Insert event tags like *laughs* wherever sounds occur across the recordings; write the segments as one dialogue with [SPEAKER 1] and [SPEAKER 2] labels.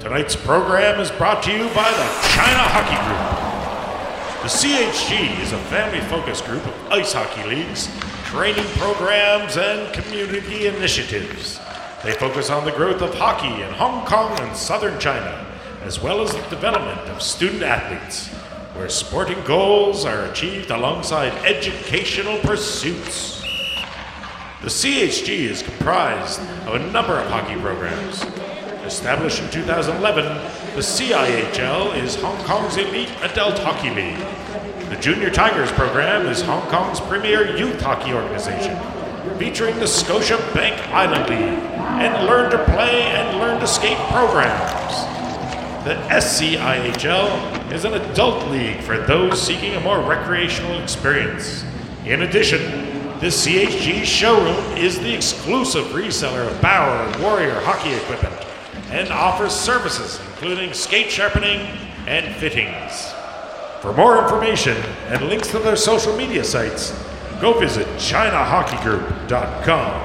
[SPEAKER 1] Tonight's program is brought to you by the China Hockey Group. The CHG is a family focused group of ice hockey leagues, training programs, and community initiatives. They focus on the growth of hockey in Hong Kong and southern China, as well as the development of student athletes, where sporting goals are achieved alongside educational pursuits. The CHG is comprised of a number of hockey programs. Established in 2011, the CIHL is Hong Kong's elite adult hockey league. The Junior Tigers program is Hong Kong's premier youth hockey organization, featuring the Scotia Bank Island League and Learn to Play and Learn to Skate programs. The SCIHL is an adult league for those seeking a more recreational experience. In addition, the CHG showroom is the exclusive reseller of Bauer and Warrior hockey equipment and offers services including skate sharpening and fittings. For more information and links to their social media sites, go visit ChinaHockeyGroup.com.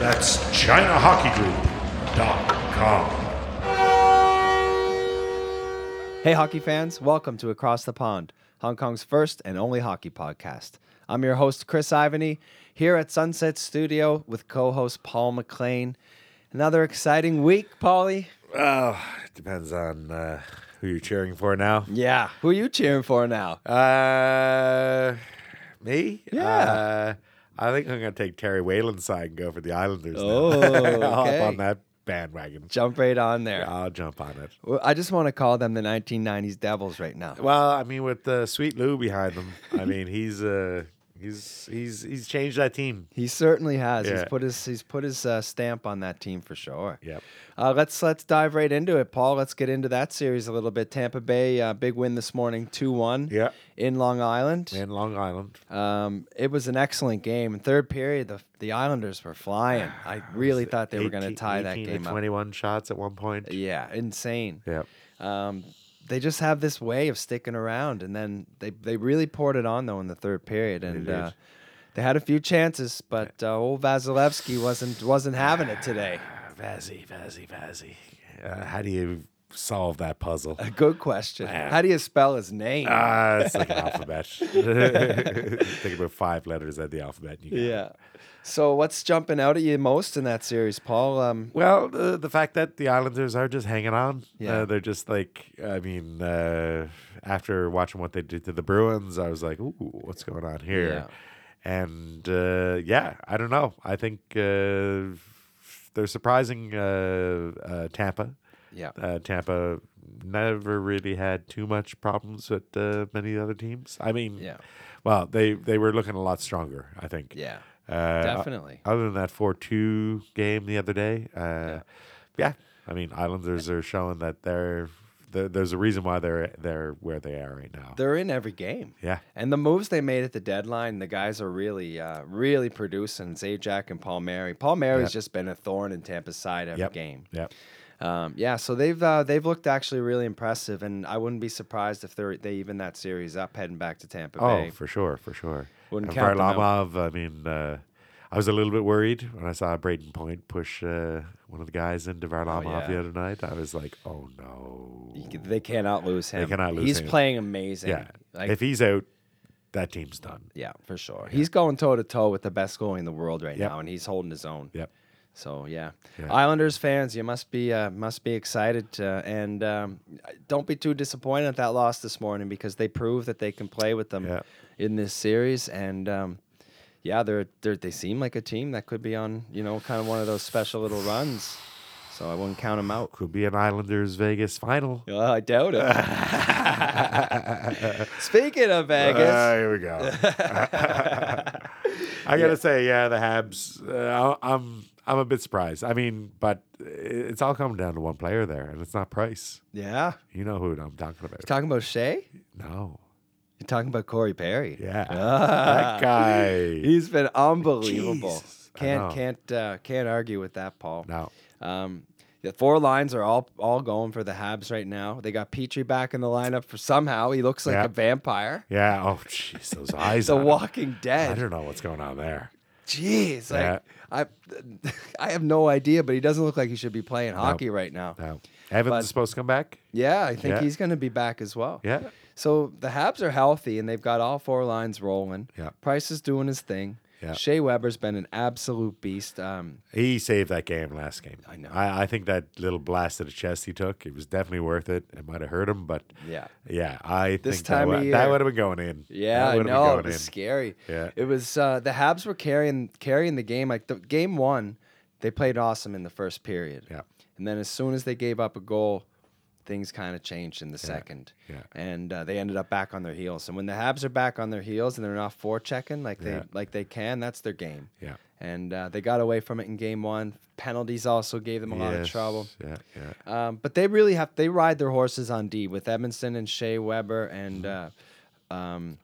[SPEAKER 1] That's ChinaHockeyGroup.com.
[SPEAKER 2] Hey, hockey fans, welcome to Across the Pond, Hong Kong's first and only hockey podcast. I'm your host, Chris Ivany, here at Sunset Studio with co host Paul McLean. Another exciting week, Paulie.
[SPEAKER 3] Well, Oh, it depends on uh, who you're cheering for now.
[SPEAKER 2] Yeah. Who are you cheering for now?
[SPEAKER 3] Uh, me?
[SPEAKER 2] Yeah.
[SPEAKER 3] Uh, I think I'm going to take Terry Whalen's side and go for the Islanders. now.
[SPEAKER 2] Oh,
[SPEAKER 3] *laughs* I'll
[SPEAKER 2] okay.
[SPEAKER 3] hop on that bandwagon.
[SPEAKER 2] Jump right on there.
[SPEAKER 3] I'll jump on it.
[SPEAKER 2] Well, I just want to call them the 1990s Devils right now.
[SPEAKER 3] Well, I mean, with uh, Sweet Lou behind him, I mean, he's uh, he's he's he's changed that team.
[SPEAKER 2] He certainly has. He's
[SPEAKER 3] Yeah.
[SPEAKER 2] put his he's put his uh, stamp on that team for sure.
[SPEAKER 3] Yep.
[SPEAKER 2] Uh, let's let's dive right into it, Paul. Let's get into that series a little bit. Tampa Bay, uh, big win this morning, two one.
[SPEAKER 3] Yeah.
[SPEAKER 2] In Long Island.
[SPEAKER 3] In Long Island,
[SPEAKER 2] Um, it was an excellent game. In third period, the the Islanders were
[SPEAKER 3] *sighs*
[SPEAKER 2] flying. I really thought they were going to
[SPEAKER 3] 18
[SPEAKER 2] tie that
[SPEAKER 3] 18 to
[SPEAKER 2] game up.
[SPEAKER 3] 21 shots at one point.
[SPEAKER 2] Yeah, insane.
[SPEAKER 3] Yep.
[SPEAKER 2] Um, they just have this way of sticking around, and then they they really poured it on though in the third period, and
[SPEAKER 3] did.
[SPEAKER 2] uh, they had a few chances, but uh, old Vasilevsky wasn't wasn't having it today. *laughs*
[SPEAKER 3] Vazzy, Vazzy, Vazzy. Uh, how do you solve that puzzle?
[SPEAKER 2] A good question. How do you spell his name?
[SPEAKER 3] Ah, it's like an alphabet. *laughs* Think about five letters at the alphabet. and you got it.
[SPEAKER 2] yeah. So what's jumping out at you most in that series, Paul? Um,
[SPEAKER 3] Well, the, the fact that the Islanders are just hanging on.
[SPEAKER 2] Yeah.
[SPEAKER 3] Uh, they're just like, I mean, uh, after watching what they did to the Bruins, I was like, ooh, what's going on here? And uh, yeah, I don't know. I think uh, they're surprising uh, uh, Tampa.
[SPEAKER 2] yeah.
[SPEAKER 3] Uh, Tampa never really had too much problems with uh, many other teams. I mean,
[SPEAKER 2] Yeah.
[SPEAKER 3] well, they, they were looking a lot stronger, I think.
[SPEAKER 2] Yeah.
[SPEAKER 3] Uh,
[SPEAKER 2] Definitely.
[SPEAKER 3] Other than that 4 2 game the other day, uh, yeah. I mean, Islanders are showing that they're, there there's a reason why they're they're where they are right now.
[SPEAKER 2] They're in every game.
[SPEAKER 3] yeah.
[SPEAKER 2] And the moves they made at the deadline, the guys are really, uh, really producing. Zajac and Paul Mary. Paul Mary's
[SPEAKER 3] Yep.
[SPEAKER 2] just been a thorn in Tampa's side every
[SPEAKER 3] Yep.
[SPEAKER 2] game.
[SPEAKER 3] Yep.
[SPEAKER 2] Um, yeah, so they've uh, they've looked actually really impressive, and I wouldn't be surprised if they they even that series up heading back to Tampa
[SPEAKER 3] Oh,
[SPEAKER 2] Bay.
[SPEAKER 3] for sure, for sure.
[SPEAKER 2] Wouldn't
[SPEAKER 3] and
[SPEAKER 2] count them out.
[SPEAKER 3] Varlamov, I mean, uh, I was a little bit worried when I saw Braden Point push uh, one of the guys into Varlamov
[SPEAKER 2] Oh, yeah.
[SPEAKER 3] the other night. I was like, oh no.
[SPEAKER 2] You c- They cannot lose him.
[SPEAKER 3] cannot lose
[SPEAKER 2] He's
[SPEAKER 3] him.
[SPEAKER 2] playing amazing.
[SPEAKER 3] Yeah.
[SPEAKER 2] Like,
[SPEAKER 3] if he's out, that team's done.
[SPEAKER 2] yeah, for sure. He's going toe to toe with the best goalie in the world right
[SPEAKER 3] Yep.
[SPEAKER 2] now, and he's holding his own.
[SPEAKER 3] Yep.
[SPEAKER 2] So yeah.
[SPEAKER 3] Yeah.
[SPEAKER 2] Islanders fans, you must be uh, must be excited, uh, and um, don't be too disappointed at that loss this morning because they proved that they can play with them
[SPEAKER 3] Yeah.
[SPEAKER 2] in this series, and um, yeah, they're, they're they seem like a team that could be on you know kind of one of those special little runs. So I wouldn't count them out.
[SPEAKER 3] Could be an Islanders Vegas final.
[SPEAKER 2] Uh, I doubt it. *laughs* Speaking of Vegas,
[SPEAKER 3] Ah, here
[SPEAKER 2] *laughs*
[SPEAKER 3] we go. *laughs* I gotta say, yeah, the Habs. Uh, I- I'm I'm a bit surprised. I mean, but it's all coming down to one player there, and it's not Price.
[SPEAKER 2] yeah,
[SPEAKER 3] You know who I'm talking about?
[SPEAKER 2] talking about Shea,
[SPEAKER 3] no,
[SPEAKER 2] you're talking about Corey Perry.
[SPEAKER 3] yeah,
[SPEAKER 2] Ah.
[SPEAKER 3] that guy.
[SPEAKER 2] He's been unbelievable.
[SPEAKER 3] Jesus, I
[SPEAKER 2] Can't
[SPEAKER 3] know.
[SPEAKER 2] can't uh, can't argue with that, Paul.
[SPEAKER 3] No,
[SPEAKER 2] Um, the four lines are all all going for the Habs right now. They got Petrie back in the lineup for somehow. He looks like
[SPEAKER 3] Yeah.
[SPEAKER 2] a vampire.
[SPEAKER 3] yeah. Oh, jeez,
[SPEAKER 2] *laughs*
[SPEAKER 3] those eyes.
[SPEAKER 2] The
[SPEAKER 3] on him.
[SPEAKER 2] Walking
[SPEAKER 3] I
[SPEAKER 2] Dead.
[SPEAKER 3] don't know what's going on there.
[SPEAKER 2] Jeez, like
[SPEAKER 3] Yeah.
[SPEAKER 2] *laughs* I I have no idea, but he doesn't look like he should be playing hockey right now.
[SPEAKER 3] No. Evans
[SPEAKER 2] But-
[SPEAKER 3] is supposed to come back.
[SPEAKER 2] Yeah, I think
[SPEAKER 3] Yeah.
[SPEAKER 2] he's going to be back as well.
[SPEAKER 3] Yeah.
[SPEAKER 2] So the Habs are healthy and they've got all four lines rolling.
[SPEAKER 3] Yeah.
[SPEAKER 2] Price is doing his thing.
[SPEAKER 3] Yeah.
[SPEAKER 2] Shea Weber's been an absolute beast. Um,
[SPEAKER 3] He saved that game last game.
[SPEAKER 2] I know.
[SPEAKER 3] I, I think that little blast to the chest he took, it was definitely worth it. It might have hurt him, but
[SPEAKER 2] Yeah.
[SPEAKER 3] yeah, I
[SPEAKER 2] This
[SPEAKER 3] think
[SPEAKER 2] time
[SPEAKER 3] that,
[SPEAKER 2] of
[SPEAKER 3] would,
[SPEAKER 2] year.
[SPEAKER 3] that would have been going in.
[SPEAKER 2] yeah,
[SPEAKER 3] that
[SPEAKER 2] I
[SPEAKER 3] would have
[SPEAKER 2] know.
[SPEAKER 3] Been
[SPEAKER 2] It
[SPEAKER 3] going
[SPEAKER 2] was
[SPEAKER 3] in.
[SPEAKER 2] scary.
[SPEAKER 3] Yeah.
[SPEAKER 2] It was uh, the Habs were carrying carrying the game like the game one. They played awesome in the first period.
[SPEAKER 3] Yeah.
[SPEAKER 2] And then as soon as they gave up a goal, things kind of changed in the second.
[SPEAKER 3] Yeah.
[SPEAKER 2] And uh, they ended up back on their heels. And when the Habs are back on their heels and they're not forechecking like they
[SPEAKER 3] Yeah.
[SPEAKER 2] like they can, that's their game.
[SPEAKER 3] Yeah.
[SPEAKER 2] And uh, they got away from it in game one. Penalties also gave them a lot of
[SPEAKER 3] Yes,
[SPEAKER 2] trouble.
[SPEAKER 3] Yeah, yeah.
[SPEAKER 2] Um, but they really have they ride their horses on D with Edmondson and Shea Weber and uh,
[SPEAKER 3] Mm-hmm.
[SPEAKER 2] um,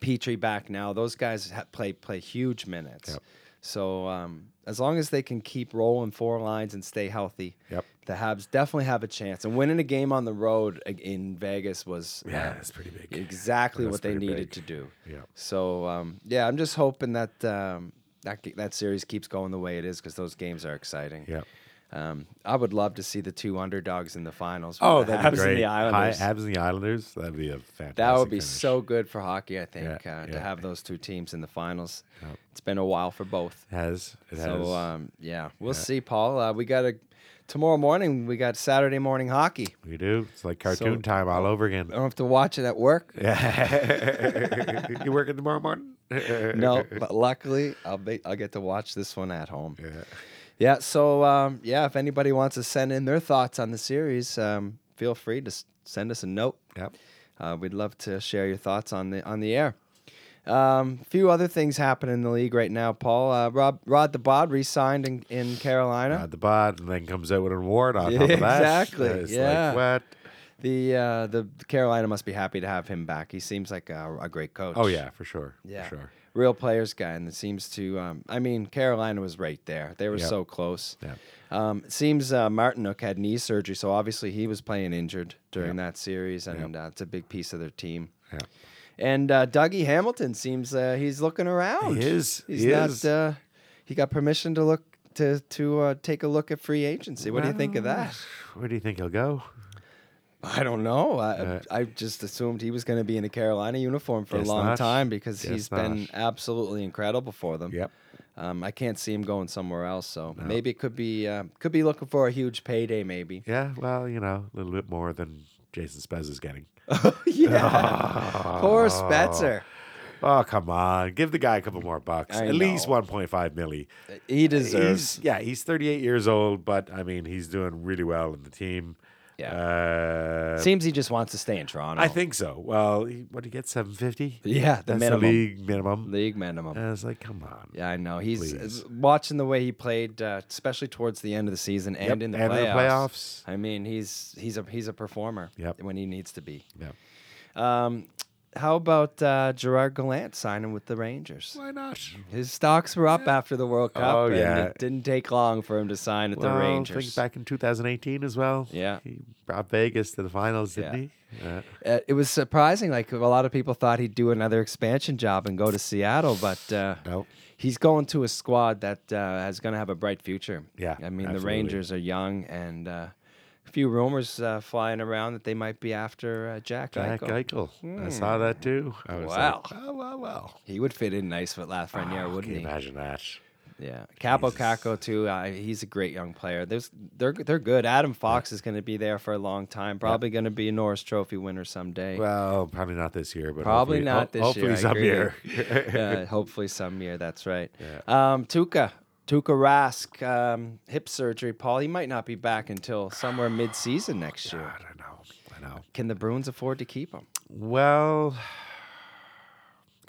[SPEAKER 2] Petrie back now. Those guys ha- play play huge minutes.
[SPEAKER 3] Yep.
[SPEAKER 2] So um, as long as they can keep rolling four lines and stay healthy,
[SPEAKER 3] Yep.
[SPEAKER 2] the Habs definitely have a chance. And winning a game on the road ag- in Vegas was uh,
[SPEAKER 3] Yeah, that's pretty big.
[SPEAKER 2] Exactly
[SPEAKER 3] That's
[SPEAKER 2] what they
[SPEAKER 3] pretty
[SPEAKER 2] needed
[SPEAKER 3] big.
[SPEAKER 2] to do.
[SPEAKER 3] Yeah.
[SPEAKER 2] So um, yeah, I'm just hoping that um, that ge- that series keeps going the way it is because those games are exciting.
[SPEAKER 3] Yeah.
[SPEAKER 2] Um, I would love to see the two underdogs in the finals. with
[SPEAKER 3] Oh, *laughs*
[SPEAKER 2] the
[SPEAKER 3] that'd be
[SPEAKER 2] Habs and
[SPEAKER 3] great.
[SPEAKER 2] the Islanders.
[SPEAKER 3] Hi, Habs and the Islanders. That'd be a fantastic.
[SPEAKER 2] that would be
[SPEAKER 3] finish.
[SPEAKER 2] so good for hockey. I think
[SPEAKER 3] Yeah,
[SPEAKER 2] uh, to
[SPEAKER 3] yeah.
[SPEAKER 2] have those two teams in the finals.
[SPEAKER 3] Yep.
[SPEAKER 2] It's been a while for both.
[SPEAKER 3] It has it has.
[SPEAKER 2] So um, yeah, we'll see, Paul. Uh, we got a tomorrow morning. We got Saturday morning hockey.
[SPEAKER 3] we do. It's like cartoon time all over again.
[SPEAKER 2] I don't have to watch it at work.
[SPEAKER 3] Yeah. *laughs* you working
[SPEAKER 2] *laughs*
[SPEAKER 3] tomorrow morning?
[SPEAKER 2] No, but luckily I'll be I'll get to watch this one at home. Yeah. so um, yeah, if anybody wants to send in their thoughts on the series, um, feel free to s- send us a note.
[SPEAKER 3] Yep.
[SPEAKER 2] Uh, we'd love to share your thoughts on the on the air. Um, few other things happen in the league right now, Paul. Uh, Rob Rod the Bod re-signed in, in Carolina.
[SPEAKER 3] Uh, the bod and then comes out with an award on
[SPEAKER 2] Yeah,
[SPEAKER 3] top of that.
[SPEAKER 2] exactly.
[SPEAKER 3] It's
[SPEAKER 2] Yeah.
[SPEAKER 3] like what?
[SPEAKER 2] The uh, the Carolina must be happy to have him back. He seems like a, a great coach.
[SPEAKER 3] Oh yeah, for sure.
[SPEAKER 2] yeah,
[SPEAKER 3] For sure.
[SPEAKER 2] real players guy, and it seems to. Um, I mean, Carolina was right there. They were
[SPEAKER 3] Yep.
[SPEAKER 2] so close.
[SPEAKER 3] Yeah.
[SPEAKER 2] Um, it seems uh, Martinook had knee surgery, so obviously he was playing injured during
[SPEAKER 3] Yep.
[SPEAKER 2] that series, and uh, it's a big piece of their team.
[SPEAKER 3] Yeah.
[SPEAKER 2] And uh, Dougie Hamilton seems uh, he's looking around.
[SPEAKER 3] He is.
[SPEAKER 2] He's
[SPEAKER 3] He
[SPEAKER 2] not.
[SPEAKER 3] is.
[SPEAKER 2] Uh, he got permission to look to to uh, take a look at free agency. What do you think of that?
[SPEAKER 3] Um, Where do you think he'll go?
[SPEAKER 2] I don't know. I,
[SPEAKER 3] Uh,
[SPEAKER 2] I just assumed he was going to be in a Carolina uniform for a
[SPEAKER 3] Guess
[SPEAKER 2] long
[SPEAKER 3] not.
[SPEAKER 2] time because
[SPEAKER 3] Guess
[SPEAKER 2] he's been
[SPEAKER 3] not.
[SPEAKER 2] absolutely incredible for them.
[SPEAKER 3] Yep.
[SPEAKER 2] Um, I can't see him going somewhere else. So maybe it could be uh, could be looking for a huge payday. Maybe.
[SPEAKER 3] Yeah, well, you know, a little bit more than Jason Spez is getting.
[SPEAKER 2] *laughs*
[SPEAKER 3] *laughs*
[SPEAKER 2] yeah. Poor Spencer.
[SPEAKER 3] Oh, come on. Give the guy a couple more bucks.
[SPEAKER 2] I
[SPEAKER 3] At least
[SPEAKER 2] know.
[SPEAKER 3] 1.5 milli.
[SPEAKER 2] He deserves.
[SPEAKER 3] He's yeah, he's 38 years old, but I mean, he's doing really well in the team. Yeah. Uh,
[SPEAKER 2] Seems he just wants to stay in Toronto.
[SPEAKER 3] I think so. Well, he- what do you get 750?
[SPEAKER 2] Yeah, the
[SPEAKER 3] That's
[SPEAKER 2] minimum.
[SPEAKER 3] the league minimum.
[SPEAKER 2] league minimum.
[SPEAKER 3] And I was like, come on.
[SPEAKER 2] Yeah, I know. He's
[SPEAKER 3] Uh, Please.
[SPEAKER 2] uh, watching the way he played, uh, especially towards the end of the season and
[SPEAKER 3] Yep,
[SPEAKER 2] in the
[SPEAKER 3] and
[SPEAKER 2] playoffs.
[SPEAKER 3] in the playoffs.
[SPEAKER 2] I mean, he's he's a he's a performer
[SPEAKER 3] Yep.
[SPEAKER 2] when he needs to be.
[SPEAKER 3] Yeah.
[SPEAKER 2] Um, how about uh, Gerard Gallant signing with the Rangers?
[SPEAKER 3] Why not?
[SPEAKER 2] His stocks were up after the World Cup,
[SPEAKER 3] Oh,
[SPEAKER 2] and
[SPEAKER 3] yeah.
[SPEAKER 2] it didn't take long for him to sign at
[SPEAKER 3] Well,
[SPEAKER 2] the
[SPEAKER 3] I Um, think
[SPEAKER 2] Rangers.
[SPEAKER 3] back in 2018 as well.
[SPEAKER 2] Yeah.
[SPEAKER 3] He brought Vegas to the finals, didn't he? Yeah.
[SPEAKER 2] Uh, it was surprising. Like a lot of people thought he'd do another expansion job and go to Seattle, but uh,
[SPEAKER 3] No.
[SPEAKER 2] he's going to a squad that uh, is going to have a bright future.
[SPEAKER 3] Yeah,
[SPEAKER 2] I mean the
[SPEAKER 3] absolutely.
[SPEAKER 2] Rangers are young, and uh, a few rumors uh, flying around that they might be after uh, Jack,
[SPEAKER 3] Jack
[SPEAKER 2] Eichel.
[SPEAKER 3] Eichel. I saw that too. Hmm. I was
[SPEAKER 2] Wow.
[SPEAKER 3] like, oh, well, well. Oh,
[SPEAKER 2] He would fit in nice with Lafreniere,
[SPEAKER 3] Can
[SPEAKER 2] wouldn't
[SPEAKER 3] you
[SPEAKER 2] he?
[SPEAKER 3] imagine Ah, that?
[SPEAKER 2] Yeah, Capo Caco too. Uh, he's a great young player. There's, they're they're good. Adam Fox is going to be there for a long time. Probably going to be a Norris Trophy winner someday.
[SPEAKER 3] Well, probably not this year, but
[SPEAKER 2] Probably
[SPEAKER 3] hopefully-
[SPEAKER 2] not
[SPEAKER 3] ho-
[SPEAKER 2] this
[SPEAKER 3] hopefully
[SPEAKER 2] year. I
[SPEAKER 3] some
[SPEAKER 2] agree.
[SPEAKER 3] year.
[SPEAKER 2] *laughs*
[SPEAKER 3] *laughs*
[SPEAKER 2] yeah, hopefully some year. That's right. Um, Tuca, Tuca Rask, um, hip surgery. Paul, he might not be back until somewhere mid-season next
[SPEAKER 3] *sighs*
[SPEAKER 2] year.
[SPEAKER 3] I don't know. I know.
[SPEAKER 2] Can the Bruins afford to keep him?
[SPEAKER 3] Well,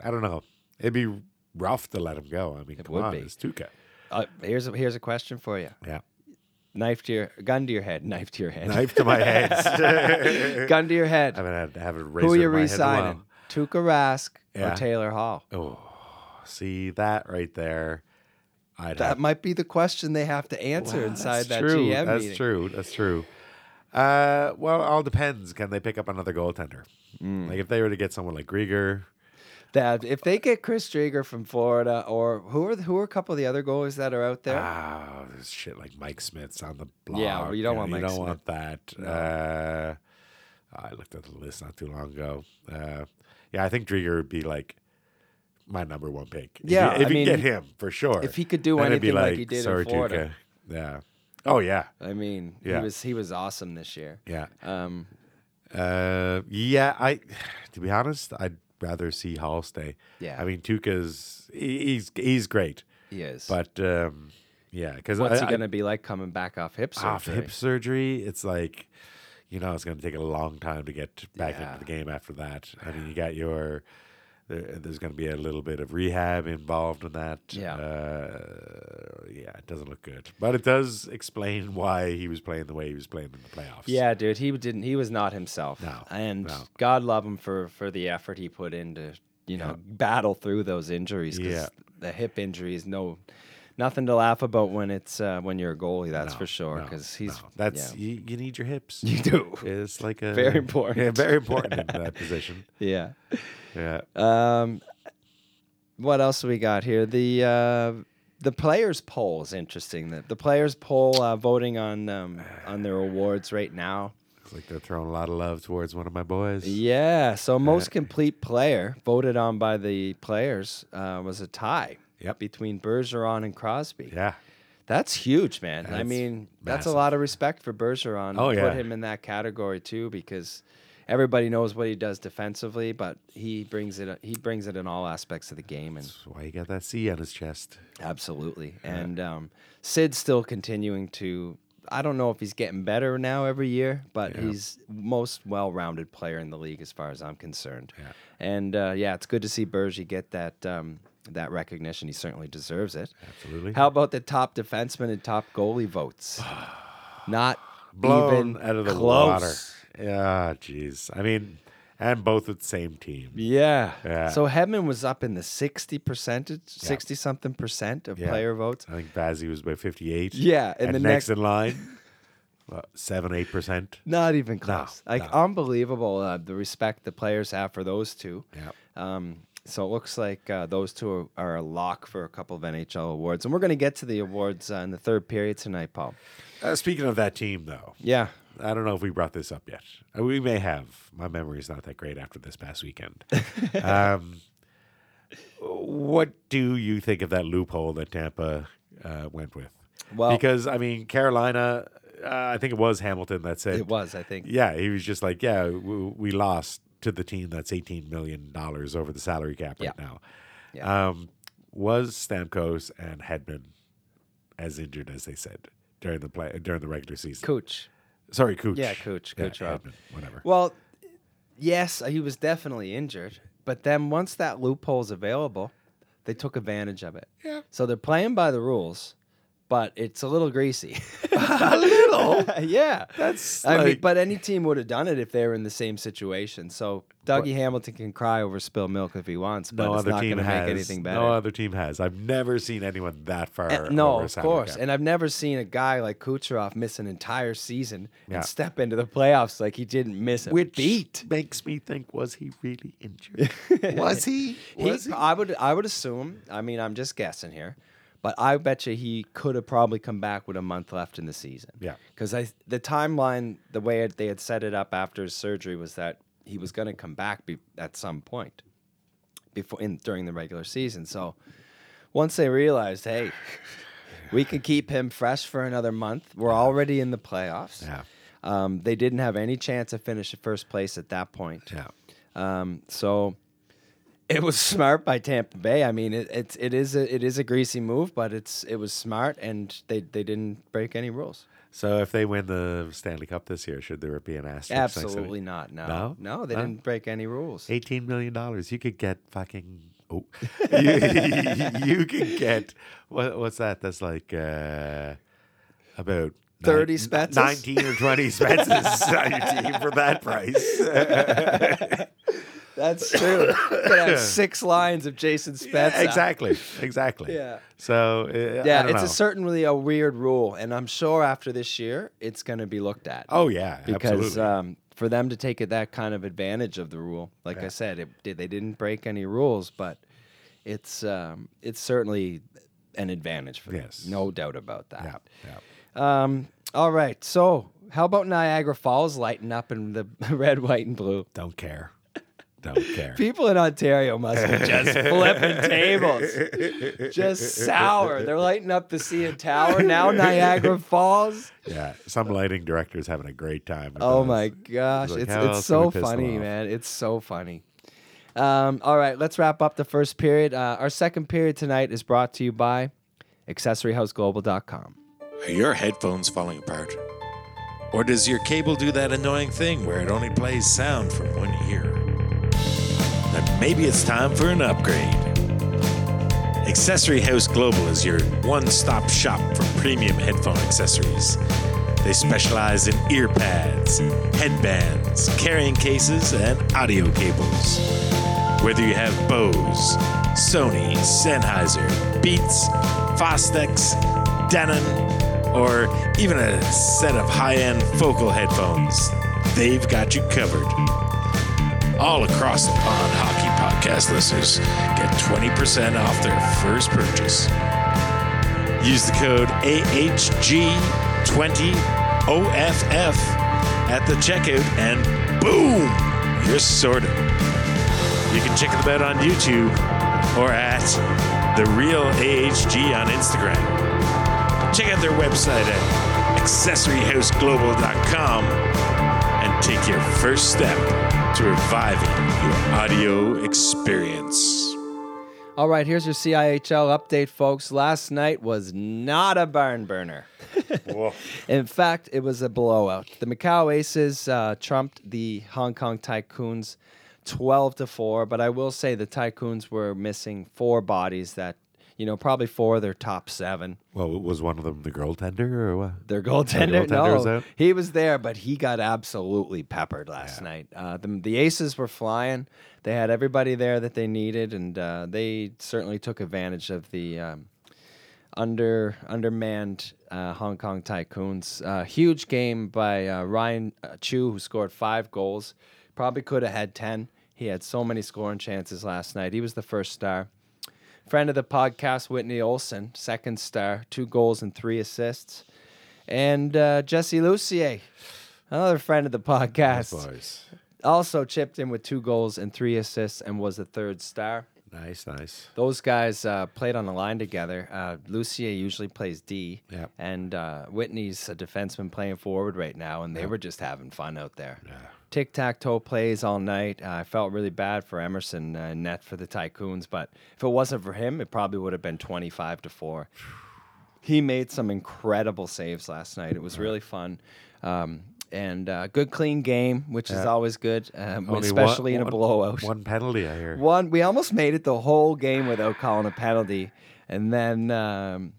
[SPEAKER 3] I don't know. It'd be rough to let him go. I mean, come
[SPEAKER 2] would
[SPEAKER 3] on,
[SPEAKER 2] be.
[SPEAKER 3] it's Tuca.
[SPEAKER 2] Uh, here's a, here's a question for you. *laughs*
[SPEAKER 3] Yeah,
[SPEAKER 2] Knife to your gun to your head. Knife to your head.
[SPEAKER 3] knife to my head.
[SPEAKER 2] *laughs*
[SPEAKER 3] *laughs* I
[SPEAKER 2] gun to your head.
[SPEAKER 3] haven't had have a razor.
[SPEAKER 2] Who are you
[SPEAKER 3] to my head in a while.
[SPEAKER 2] re-signing? Tuca Rask
[SPEAKER 3] Yeah.
[SPEAKER 2] or Taylor Hall?
[SPEAKER 3] See that right there? I'd
[SPEAKER 2] That
[SPEAKER 3] have-
[SPEAKER 2] might be the question they have to answer
[SPEAKER 3] Well,
[SPEAKER 2] inside
[SPEAKER 3] that's
[SPEAKER 2] that
[SPEAKER 3] true.
[SPEAKER 2] GM
[SPEAKER 3] That's
[SPEAKER 2] meeting.
[SPEAKER 3] true. That's true. Uh,
[SPEAKER 2] Mm.
[SPEAKER 3] well, all depends. Can they pick up another goaltender? Like if they were to get someone like Grieger,
[SPEAKER 2] That if they get Chris Drieger from Florida, or who are the, who are a couple of the other goalies that are out there?
[SPEAKER 3] Ah, there's shit like Mike Smith's on the block.
[SPEAKER 2] Yeah, well, you don't want
[SPEAKER 3] and
[SPEAKER 2] Mike
[SPEAKER 3] You don't
[SPEAKER 2] Smith.
[SPEAKER 3] want that. Uh, I looked at the list not too long ago. Uh, yeah, I think Drieger would be like my number one pick. If you-
[SPEAKER 2] Yeah,
[SPEAKER 3] if
[SPEAKER 2] I
[SPEAKER 3] you,
[SPEAKER 2] mean,
[SPEAKER 3] get him for sure.
[SPEAKER 2] if he could do
[SPEAKER 3] Then it'd be
[SPEAKER 2] anything like he did in
[SPEAKER 3] "Sorry,
[SPEAKER 2] Florida."
[SPEAKER 3] Tuukka." Yeah. Oh yeah.
[SPEAKER 2] I mean,
[SPEAKER 3] Yeah.
[SPEAKER 2] he was he was awesome this year.
[SPEAKER 3] Yeah.
[SPEAKER 2] Um,
[SPEAKER 3] Uh, yeah, I to be honest, I'd rather see Hall stay.
[SPEAKER 2] Yeah.
[SPEAKER 3] I mean Tuca's he's he's great,
[SPEAKER 2] he is.
[SPEAKER 3] but um, yeah, because
[SPEAKER 2] what's he gonna be like coming back off hip surgery?
[SPEAKER 3] off hip surgery? It's like you know it's gonna take a long time to get back
[SPEAKER 2] Yeah.
[SPEAKER 3] into the game after that. I mean, you got your. there- There's going to be a little bit of rehab involved in that.
[SPEAKER 2] Yeah.
[SPEAKER 3] uh, yeah, it doesn't look good, but it does explain why he was playing the way he was playing in the playoffs.
[SPEAKER 2] Yeah, dude, he didn't. He was not himself.
[SPEAKER 3] No,
[SPEAKER 2] and
[SPEAKER 3] no.
[SPEAKER 2] God love him for for the effort he put in to you know battle through those injuries. 'cause
[SPEAKER 3] Yeah.
[SPEAKER 2] the hip injury is no nothing to laugh about when it's uh, when you're a goalie. That's
[SPEAKER 3] No,
[SPEAKER 2] for sure.
[SPEAKER 3] no,
[SPEAKER 2] Because he's
[SPEAKER 3] no. that's
[SPEAKER 2] yeah.
[SPEAKER 3] you, you need your
[SPEAKER 2] *laughs*
[SPEAKER 3] hips.
[SPEAKER 2] you do.
[SPEAKER 3] It's like
[SPEAKER 2] *laughs*
[SPEAKER 3] a
[SPEAKER 2] Very important.
[SPEAKER 3] Yeah, very important in that
[SPEAKER 2] *laughs*
[SPEAKER 3] position.
[SPEAKER 2] Yeah.
[SPEAKER 3] Yeah.
[SPEAKER 2] Um, what else we got here? The uh, the players poll is interesting. The, the players poll uh, voting on um, on their awards right now.
[SPEAKER 3] It's like they're throwing a lot of love towards one of my boys.
[SPEAKER 2] Yeah.
[SPEAKER 3] Uh,
[SPEAKER 2] So most complete player voted on by the players uh, was a tie.
[SPEAKER 3] Yep.
[SPEAKER 2] Between Bergeron and Crosby.
[SPEAKER 3] Yeah.
[SPEAKER 2] That's huge, man. I
[SPEAKER 3] That's
[SPEAKER 2] mean, that's a
[SPEAKER 3] massive.
[SPEAKER 2] lot of respect for Bergeron.
[SPEAKER 3] Oh,
[SPEAKER 2] Put
[SPEAKER 3] yeah.
[SPEAKER 2] him in that category too because everybody knows what he does defensively, but he brings it he brings it in all aspects of the game and
[SPEAKER 3] That's why he got that C on his chest.
[SPEAKER 2] Absolutely. And um, Sid's still continuing to. I don't know if he's getting better now every year, but he's most well-rounded player in the league as far as I'm concerned.
[SPEAKER 3] Yeah.
[SPEAKER 2] And uh, yeah, it's good to see Bergie get that um, that recognition. He certainly deserves it.
[SPEAKER 3] Absolutely.
[SPEAKER 2] How about the top defenseman and top goalie
[SPEAKER 3] *sighs*
[SPEAKER 2] votes? Not
[SPEAKER 3] Blown
[SPEAKER 2] even
[SPEAKER 3] out of the
[SPEAKER 2] close.
[SPEAKER 3] water. Yeah, jeez. I mean, and both with the same team.
[SPEAKER 2] Yeah.
[SPEAKER 3] Yeah.
[SPEAKER 2] So Hedman was up in the 60 percentage, 60 something percent of
[SPEAKER 3] Yeah.
[SPEAKER 2] player votes.
[SPEAKER 3] I think Bazzi was about 58.
[SPEAKER 2] Yeah, and
[SPEAKER 3] And,
[SPEAKER 2] the next-
[SPEAKER 3] next, in line, what, 7 8%.
[SPEAKER 2] Not even close. like
[SPEAKER 3] no.
[SPEAKER 2] unbelievable uh, the respect the players have for those two.
[SPEAKER 3] Yeah.
[SPEAKER 2] Um, so it looks like uh, those two are, are a lock for a couple of NHL awards, and we're going to get to the awards uh, in the third period tonight, Paul.
[SPEAKER 3] Uh, speaking of that team, though,
[SPEAKER 2] Yeah,
[SPEAKER 3] I don't know if we brought this up yet. Uh, We may have. My memory's not that great after this past weekend.
[SPEAKER 2] *laughs*
[SPEAKER 3] um, what do you think of that loophole that Tampa uh, went with?
[SPEAKER 2] Well-
[SPEAKER 3] because I mean, Carolina. Uh, I think it was Hamilton that said
[SPEAKER 2] it was. I think.
[SPEAKER 3] Yeah, he was just like, yeah, we, we lost to the team that's eighteen million dollars over the salary cap right
[SPEAKER 2] Yeah.
[SPEAKER 3] now.
[SPEAKER 2] Yeah.
[SPEAKER 3] Um, was Stamkos and Hedman as injured as they said during the play during the regular season?
[SPEAKER 2] Cooch.
[SPEAKER 3] Sorry, Cooch.
[SPEAKER 2] Yeah, Cooch, Cooch Rob.
[SPEAKER 3] Edmund, whatever.
[SPEAKER 2] Well, yes, he was definitely injured, but then once that loophole's available, they took advantage of it.
[SPEAKER 3] Yeah.
[SPEAKER 2] So they're playing by the rules, but it's a little
[SPEAKER 3] *laughs*
[SPEAKER 2] greasy. *laughs* a little. yeah.
[SPEAKER 3] That's
[SPEAKER 2] I mean,
[SPEAKER 3] like-
[SPEAKER 2] but any team would have done it if they were in the same situation. So Dougie Hamilton can cry over spilled milk if he wants, but
[SPEAKER 3] no
[SPEAKER 2] it's
[SPEAKER 3] other
[SPEAKER 2] not
[SPEAKER 3] team
[SPEAKER 2] going to
[SPEAKER 3] has
[SPEAKER 2] make anything better.
[SPEAKER 3] No other team has. I've never seen anyone that far.
[SPEAKER 2] Uh, no,
[SPEAKER 3] over
[SPEAKER 2] of
[SPEAKER 3] salary
[SPEAKER 2] course.
[SPEAKER 3] cap.
[SPEAKER 2] And I've never seen a guy like Kucherov miss an entire season
[SPEAKER 3] Yeah.
[SPEAKER 2] and step into the playoffs like he didn't miss a
[SPEAKER 3] Which
[SPEAKER 2] beat.
[SPEAKER 3] makes me think: Was he really
[SPEAKER 2] *laughs*
[SPEAKER 3] injured? was he?
[SPEAKER 2] He-
[SPEAKER 3] Was he?
[SPEAKER 2] I would I would assume. I mean, I'm just guessing here, but I bet you he could have probably come back with a month left in the season.
[SPEAKER 3] Yeah.
[SPEAKER 2] because I the timeline, the way it, they had set it up after his surgery was that he was going to come back be, at some point before in during the regular season. So once they realized,
[SPEAKER 3] *laughs*
[SPEAKER 2] hey, we can keep him fresh for another month. We're already in the playoffs.
[SPEAKER 3] Yeah.
[SPEAKER 2] Um, they didn't have any chance of finishing first place at that point.
[SPEAKER 3] Yeah.
[SPEAKER 2] Um, so it was smart by Tampa Bay. I mean, it, it's it is a, it is a greasy move, but it's it was smart, and they they didn't break any rules.
[SPEAKER 3] So if they win the Stanley Cup this year, should there be an asterisk? next to it?
[SPEAKER 2] Absolutely not. No,
[SPEAKER 3] No?
[SPEAKER 2] no, they
[SPEAKER 3] No?
[SPEAKER 2] didn't break any rules.
[SPEAKER 3] Eighteen million dollars. You could get fucking.
[SPEAKER 2] *laughs*
[SPEAKER 3] Oh, *laughs* you, you could get what, what's that? That's like uh, about. nine-
[SPEAKER 2] 30 Spetzes?
[SPEAKER 3] 19 or
[SPEAKER 2] *laughs*
[SPEAKER 3] 20 Spetzes *laughs* on your team for that price.
[SPEAKER 2] That's *laughs* true. Could have six lines of Jason Spezza.
[SPEAKER 3] Yeah, exactly. Exactly.
[SPEAKER 2] Yeah.
[SPEAKER 3] So, uh, I
[SPEAKER 2] Yeah,
[SPEAKER 3] don't
[SPEAKER 2] it's
[SPEAKER 3] know.
[SPEAKER 2] a certainly a weird rule, and I'm sure after this year, it's going to be looked at.
[SPEAKER 3] Oh, yeah.
[SPEAKER 2] because
[SPEAKER 3] absolutely.
[SPEAKER 2] um, for them to take it that kind of advantage of the rule. Like I said, it, did- they didn't break any rules, but it's um, it's certainly an advantage for them.
[SPEAKER 3] Yes.
[SPEAKER 2] No doubt about that.
[SPEAKER 3] Yeah, yeah.
[SPEAKER 2] Um, all right. So, how about Niagara Falls lighting up in the *laughs* red, white, and blue?
[SPEAKER 3] Don't care. Don't
[SPEAKER 2] *laughs*
[SPEAKER 3] care.
[SPEAKER 2] People in Ontario must be
[SPEAKER 3] *laughs*
[SPEAKER 2] just flipping tables, just sour. They're lighting up the CN Tower now. Niagara Falls.
[SPEAKER 3] yeah, some lighting director's having a great time. with
[SPEAKER 2] Oh
[SPEAKER 3] us.
[SPEAKER 2] my gosh,
[SPEAKER 3] like,
[SPEAKER 2] it's
[SPEAKER 3] "How
[SPEAKER 2] it's
[SPEAKER 3] else can we
[SPEAKER 2] so
[SPEAKER 3] piss them
[SPEAKER 2] funny,
[SPEAKER 3] off?"
[SPEAKER 2] man. It's so funny. Um, all right, let's wrap up the first period. Uh, our second period tonight is brought to you by AccessoryHouseGlobal.com.
[SPEAKER 4] Are your headphones falling apart? Or does your cable do that annoying thing where it only plays sound from one ear? Then maybe it's time for an upgrade. Accessory House Global is your one stop shop for premium headphone accessories. They specialize in ear pads, headbands, carrying cases, and audio cables. Whether you have Bose, Sony, Sennheiser, Beats, Fostex, Denon, or even a set of high end focal headphones, they've got you covered. All across the pond, hockey podcast listeners get 20% off their first purchase. Use the code AHG20OFF at the checkout, and boom, you're sorted. You can check them out on YouTube or at The Real AHG on Instagram. Check out their website at accessoryhouseglobal.com and take your first step to reviving your audio experience.
[SPEAKER 2] All right, here's your CIHL update, folks. Last night was not a barn
[SPEAKER 3] *laughs*
[SPEAKER 2] burner. In fact, it was a blowout. The Macau Aces uh, trumped the Hong Kong Tycoons 12 to 4, but I will say the Tycoons were missing four bodies that, you know, probably four of their top seven.
[SPEAKER 3] Well, was one of them the goaltender or what?
[SPEAKER 2] Their goaltender,
[SPEAKER 3] goaltender was
[SPEAKER 2] no,
[SPEAKER 3] out?
[SPEAKER 2] he was there, but he got absolutely peppered last night. Uh, the, the aces were flying; they had everybody there that they needed, and uh, they certainly took advantage of the um, under undermanned uh, Hong Kong Tycoons. Uh, huge game by uh, Ryan uh, Chu, who scored five goals. Probably could have had ten. He had so many scoring chances last night. He was the first star. Friend of the podcast, Whitney Olson, second star, two goals and three assists. And uh, Jesse Lucier, another friend of the podcast,
[SPEAKER 3] Boys.
[SPEAKER 2] also chipped in with two goals and three assists and was the third star.
[SPEAKER 3] Nice, nice.
[SPEAKER 2] Those guys uh, played on the line together. Uh, Lucier usually plays D,
[SPEAKER 3] Yep.
[SPEAKER 2] and uh, Whitney's a defenseman playing forward right now, and they were just having fun out there. Tic tac toe plays all night. Uh, I felt really bad for Emerson uh, net for the Tycoons, but if it wasn't for him, it probably would have been 25 to 4. He made some incredible saves last night. It was really fun. Um, and uh, good clean game, which is always good, um,
[SPEAKER 3] Only one-
[SPEAKER 2] especially in a
[SPEAKER 3] one-
[SPEAKER 2] blowout.
[SPEAKER 3] One penalty, I hear.
[SPEAKER 2] One, we almost made it the whole game without calling a penalty, and then um,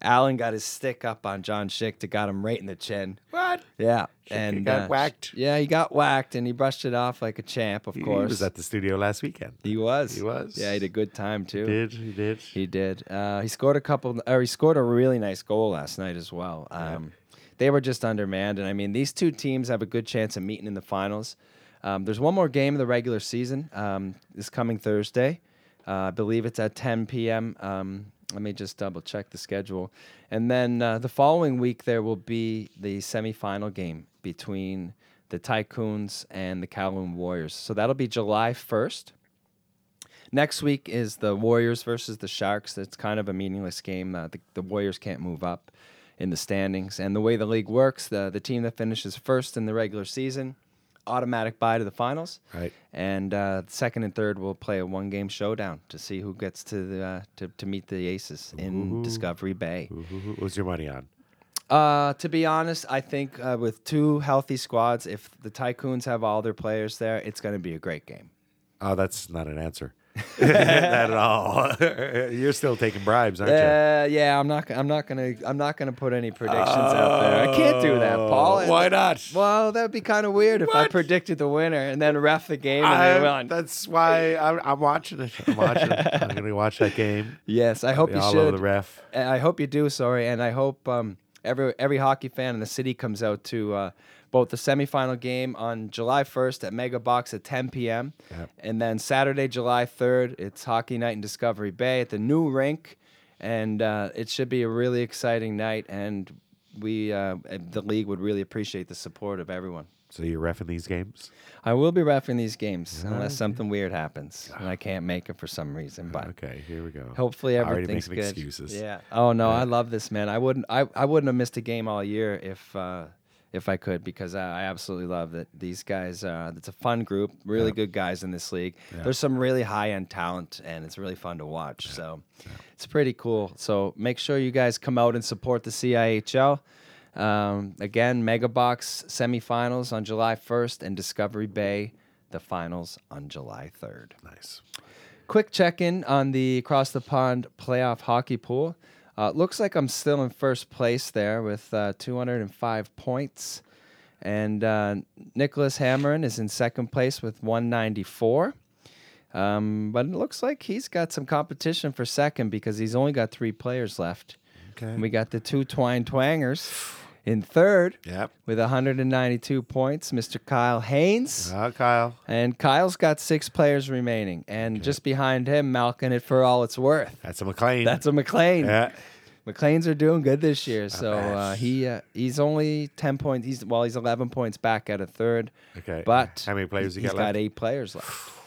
[SPEAKER 2] Allen got his stick up on John Schick that got him right in the chin.
[SPEAKER 3] What?
[SPEAKER 2] Yeah, uh,
[SPEAKER 3] Schick got whacked.
[SPEAKER 2] Yeah, he got whacked, and he brushed it off like a champ. Of
[SPEAKER 3] He
[SPEAKER 2] course,
[SPEAKER 3] was at the studio last weekend.
[SPEAKER 2] he was.
[SPEAKER 3] he was.
[SPEAKER 2] Yeah, he had a good time too.
[SPEAKER 3] did. He did.
[SPEAKER 2] He did. Uh, he scored a couple, or he scored a really nice goal last night as well. Um, They were just undermanned, and I mean, these two teams have a good chance of meeting in the finals. Um, there's one more game of the regular season um, this coming Thursday. Uh, I believe it's at 10 p.m. Um, let me just double check the schedule, and then uh, the following week there will be the semifinal game between the Tycoons and the Kowloon Warriors. So that'll be July 1st. Next week is the Warriors versus the Sharks. It's kind of a meaningless game. Uh, the, the Warriors can't move up in the standings. And the way the league works, the, the team that finishes first in the regular season, automatic bye to the finals.
[SPEAKER 3] Right.
[SPEAKER 2] And uh, second and third will play a one game showdown to see who gets to, the, uh, to, to meet the Aces in Discovery Bay.
[SPEAKER 3] Who- who- What's your money on?
[SPEAKER 2] Uh, to be honest, I think uh, with two healthy squads, if the Tycoons have all their players there, it's going to be a great game.
[SPEAKER 3] Oh, that's not
[SPEAKER 2] *laughs*
[SPEAKER 3] an answer. *laughs* not at all. *laughs* You're still taking bribes, aren't you?
[SPEAKER 2] Uh, yeah, I'm not. I'm not gonna. I'm not gonna put any predictions out there. I can't do that, Paul.
[SPEAKER 3] Oh, Why not?
[SPEAKER 2] Well, that'd be kind of weird if I
[SPEAKER 3] What?
[SPEAKER 2] predicted the winner and then ref the game and
[SPEAKER 3] I-
[SPEAKER 2] they won.
[SPEAKER 3] that's why I'm, I'm watching it. I'm watching it.
[SPEAKER 2] *laughs*
[SPEAKER 3] I'm going to watch that game.
[SPEAKER 2] Yes, I hope you
[SPEAKER 3] all over
[SPEAKER 2] should.
[SPEAKER 3] the ref.
[SPEAKER 2] And I hope you do. Sorry, and I hope um, Every every hockey fan in the city comes out to uh, both the semifinal game on July 1st at Mega Box at 10 p.m. and then Saturday, July 3rd, it's Hockey Night in Discovery Bay at the new rink, and uh, it should be a really exciting night. And we uh, the league would really appreciate the support of everyone.
[SPEAKER 3] So you're refing these games?
[SPEAKER 2] I will be refing these games unless something weird happens and I can't make it for some reason. But
[SPEAKER 3] Okay, here we go.
[SPEAKER 2] hopefully
[SPEAKER 3] Already
[SPEAKER 2] everything's
[SPEAKER 3] making
[SPEAKER 2] good.
[SPEAKER 3] excuses.
[SPEAKER 2] Yeah. Oh no, I love this man. I wouldn't. I, I wouldn't have missed a game all year if uh, if I could because I, I absolutely love that these guys. Uh, it's a fun group. Really good guys in this league. There's some really high end talent and it's really fun to watch. So it's pretty cool. So make sure you guys come out and support the CIHL. Um, again, Mega Box semifinals on July 1st and Discovery Bay the finals on July 3rd
[SPEAKER 3] Nice.
[SPEAKER 2] quick check in on the across the pond playoff hockey pool. Uh, looks like I'm still in first place there with uh, 205 points. And uh, Nicholas Hammerin is in second place with 194. Um, but it looks like he's got some competition for second because he's only got three players left.
[SPEAKER 3] Okay.
[SPEAKER 2] And we got the two Twine Twangers in third
[SPEAKER 3] Yep.
[SPEAKER 2] with 192 points, Mr. Kyle Haynes.
[SPEAKER 3] Uh, Kyle.
[SPEAKER 2] And Kyle's got six players remaining. And just behind him, Malkin it for all it's worth.
[SPEAKER 3] That's a McLean.
[SPEAKER 2] That's a McLean.
[SPEAKER 3] *laughs* yeah.
[SPEAKER 2] McLean's are doing good this year. So
[SPEAKER 3] bad.
[SPEAKER 2] uh, he uh, he's only 10 points. He's Well, he's 11 points back at a third.
[SPEAKER 3] Okay.
[SPEAKER 2] But
[SPEAKER 3] How many players he
[SPEAKER 2] he's
[SPEAKER 3] got
[SPEAKER 2] got
[SPEAKER 3] left?
[SPEAKER 2] eight players
[SPEAKER 3] *sighs*
[SPEAKER 2] left.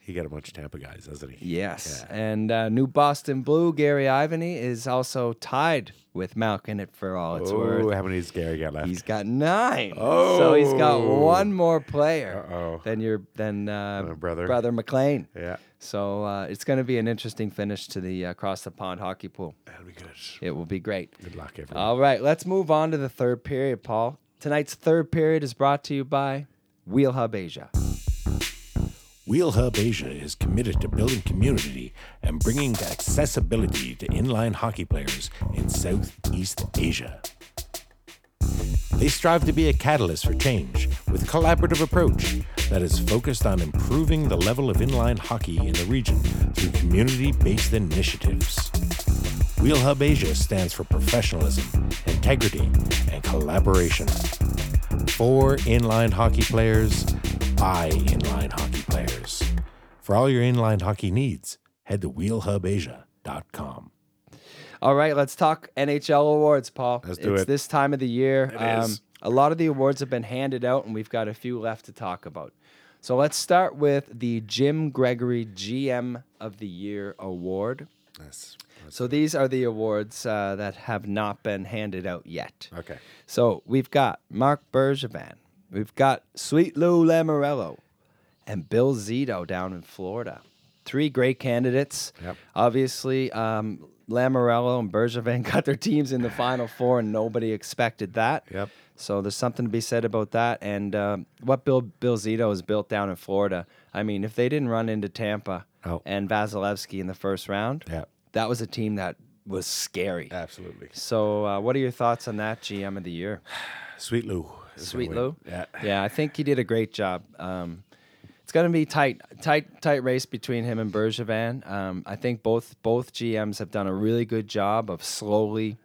[SPEAKER 3] He got a bunch of Tampa guys, doesn't he?
[SPEAKER 2] Yes. And uh, new Boston Blue, Gary Ivany, is also tied with Malkin it for all it's worth.
[SPEAKER 3] Oh, how many does Gary got left?
[SPEAKER 2] He's got nine. So he's got
[SPEAKER 3] Oh.
[SPEAKER 2] one more player
[SPEAKER 3] Uh-oh.
[SPEAKER 2] than your than uh,
[SPEAKER 3] My brother.
[SPEAKER 2] brother McLean.
[SPEAKER 3] Yeah.
[SPEAKER 2] So uh, it's going to be an interesting finish to the uh, across the pond hockey pool.
[SPEAKER 3] That'll be good.
[SPEAKER 2] It will be great.
[SPEAKER 3] Good luck, everyone.
[SPEAKER 2] All right, let's move on to the third period, Paul. Tonight's third period is brought to you by Wheel Hub Asia.
[SPEAKER 5] Wheel Hub Asia is committed to building community and bringing accessibility to inline hockey players in Southeast Asia. They strive to be a catalyst for change with a collaborative approach that is focused on improving the level of inline hockey in the region through community based initiatives. Wheel Hub Asia stands for professionalism, integrity, and collaboration for inline hockey players by inline hockey players. For all your inline hockey needs, head to wheelhubasia.com.
[SPEAKER 2] All right, let's talk NHL awards, Paul.
[SPEAKER 3] Let's do
[SPEAKER 2] it's
[SPEAKER 3] it.
[SPEAKER 2] this time of the year. Um,
[SPEAKER 3] is.
[SPEAKER 2] A lot of the awards have been handed out, and we've got a few left to talk about. So let's start with the Jim Gregory GM of the Year award.
[SPEAKER 3] Yes.
[SPEAKER 2] So these are the awards uh, that have not been handed out yet.
[SPEAKER 3] Okay.
[SPEAKER 2] So we've got Mark Bergevin, we've got Sweet Lou Lamorello, and Bill Zito down in Florida. Three great candidates.
[SPEAKER 3] Yep.
[SPEAKER 2] Obviously, um, Lamorello and Bergevin *laughs* got their teams in the final four, and nobody expected that.
[SPEAKER 3] Yep.
[SPEAKER 2] So there's something to be said about that. And um, what Bill Bill Zito has built down in Florida. I mean, if they didn't run into Tampa
[SPEAKER 3] Oh.
[SPEAKER 2] and Vasilevsky in the first round,
[SPEAKER 3] Yep.
[SPEAKER 2] that was a team that was scary.
[SPEAKER 3] Absolutely.
[SPEAKER 2] So, uh, what are your thoughts on that GM of the
[SPEAKER 3] *sighs*
[SPEAKER 2] year?
[SPEAKER 3] Sweet Lou. is my
[SPEAKER 2] Sweet
[SPEAKER 3] win.
[SPEAKER 2] Lou.
[SPEAKER 3] Yeah. *sighs*
[SPEAKER 2] yeah, I think he did a great job. Um, it's going to be tight, tight, tight race between him and Bergevin. Um, I think both both GMs have done a really good job of slowly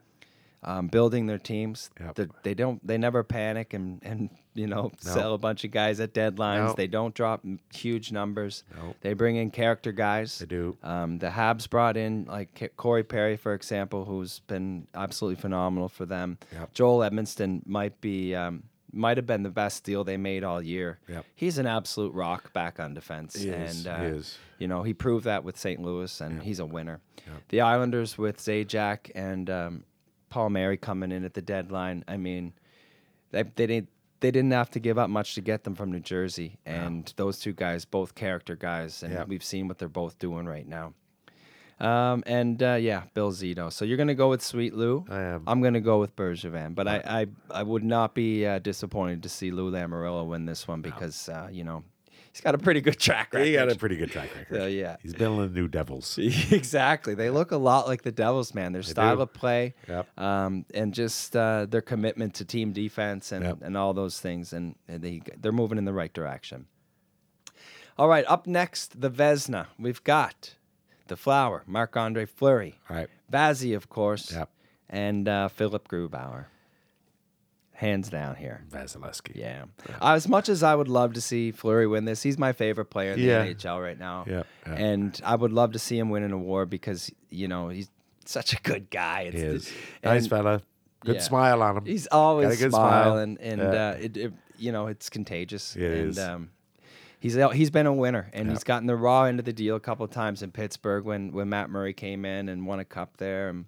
[SPEAKER 2] um, building their teams.
[SPEAKER 3] Yep.
[SPEAKER 2] They- They don't, they never panic and and you know sell a bunch of guys at deadlines.
[SPEAKER 3] No.
[SPEAKER 2] They don't drop m- huge numbers.
[SPEAKER 3] No.
[SPEAKER 2] They bring in character guys.
[SPEAKER 3] They do.
[SPEAKER 2] Um, the Habs brought in like K- Corey Perry, for example, who's been absolutely phenomenal for them.
[SPEAKER 3] Yep.
[SPEAKER 2] Joel Edmonston might be um, might have been the best deal they made all year.
[SPEAKER 3] Yep.
[SPEAKER 2] He's an absolute rock back on defense,
[SPEAKER 3] He is,
[SPEAKER 2] and
[SPEAKER 3] he
[SPEAKER 2] uh,
[SPEAKER 3] is.
[SPEAKER 2] you know he proved that with St. Louis, and he's a winner. The Islanders with Zajac and um, Paul Mary coming in at the deadline. I mean, they, they didn't they didn't have to give up much to get them from New Jersey, and those two guys, both character guys, and
[SPEAKER 3] Yeah.
[SPEAKER 2] we've seen what they're both doing right now. Um, and uh, yeah, Bill Zito. So you're gonna go with Sweet Lou.
[SPEAKER 3] I am.
[SPEAKER 2] I'm gonna go with Bergevin, but I, I I would not be uh, disappointed to see Lou Lamarillo win this one because uh, you know he's got a pretty good track record.
[SPEAKER 3] He got a pretty good track record.
[SPEAKER 2] So, Oh, yeah.
[SPEAKER 3] He's been on the
[SPEAKER 2] *laughs*
[SPEAKER 3] New Devils.
[SPEAKER 2] exactly. They look a lot like the Devils, man. Their style of play,
[SPEAKER 3] Yep.
[SPEAKER 2] um, and just uh, their commitment to team defense and,
[SPEAKER 3] Yep.
[SPEAKER 2] and all those things, and and they they're moving in the right direction. All right, up next, the Vesna. We've got the Flower, Marc Andre Fleury,
[SPEAKER 3] All right.
[SPEAKER 2] Vazzy, of course,
[SPEAKER 3] Yep.
[SPEAKER 2] and uh, Philip Grubauer. Hands down here.
[SPEAKER 3] Vasilevsky.
[SPEAKER 2] Yeah. As much as I would love to see Fleury win this, he's my favorite player in the
[SPEAKER 3] Yeah.
[SPEAKER 2] NHL right now.
[SPEAKER 3] Yeah, yeah.
[SPEAKER 2] And I would love to see him win an award because, you know, he's such a good guy. It's
[SPEAKER 3] He is.
[SPEAKER 2] and-
[SPEAKER 3] nice fella. Good
[SPEAKER 2] yeah.
[SPEAKER 3] smile on him.
[SPEAKER 2] He's
[SPEAKER 3] Got
[SPEAKER 2] always
[SPEAKER 3] a good
[SPEAKER 2] smiling, and,
[SPEAKER 3] Yeah.
[SPEAKER 2] uh, it, it, you know, it's contagious.
[SPEAKER 3] It
[SPEAKER 2] and
[SPEAKER 3] is.
[SPEAKER 2] um he's he's been a winner, and he's gotten the raw end of the deal a couple of times in Pittsburgh when when Matt Murray came in and won a cup there. And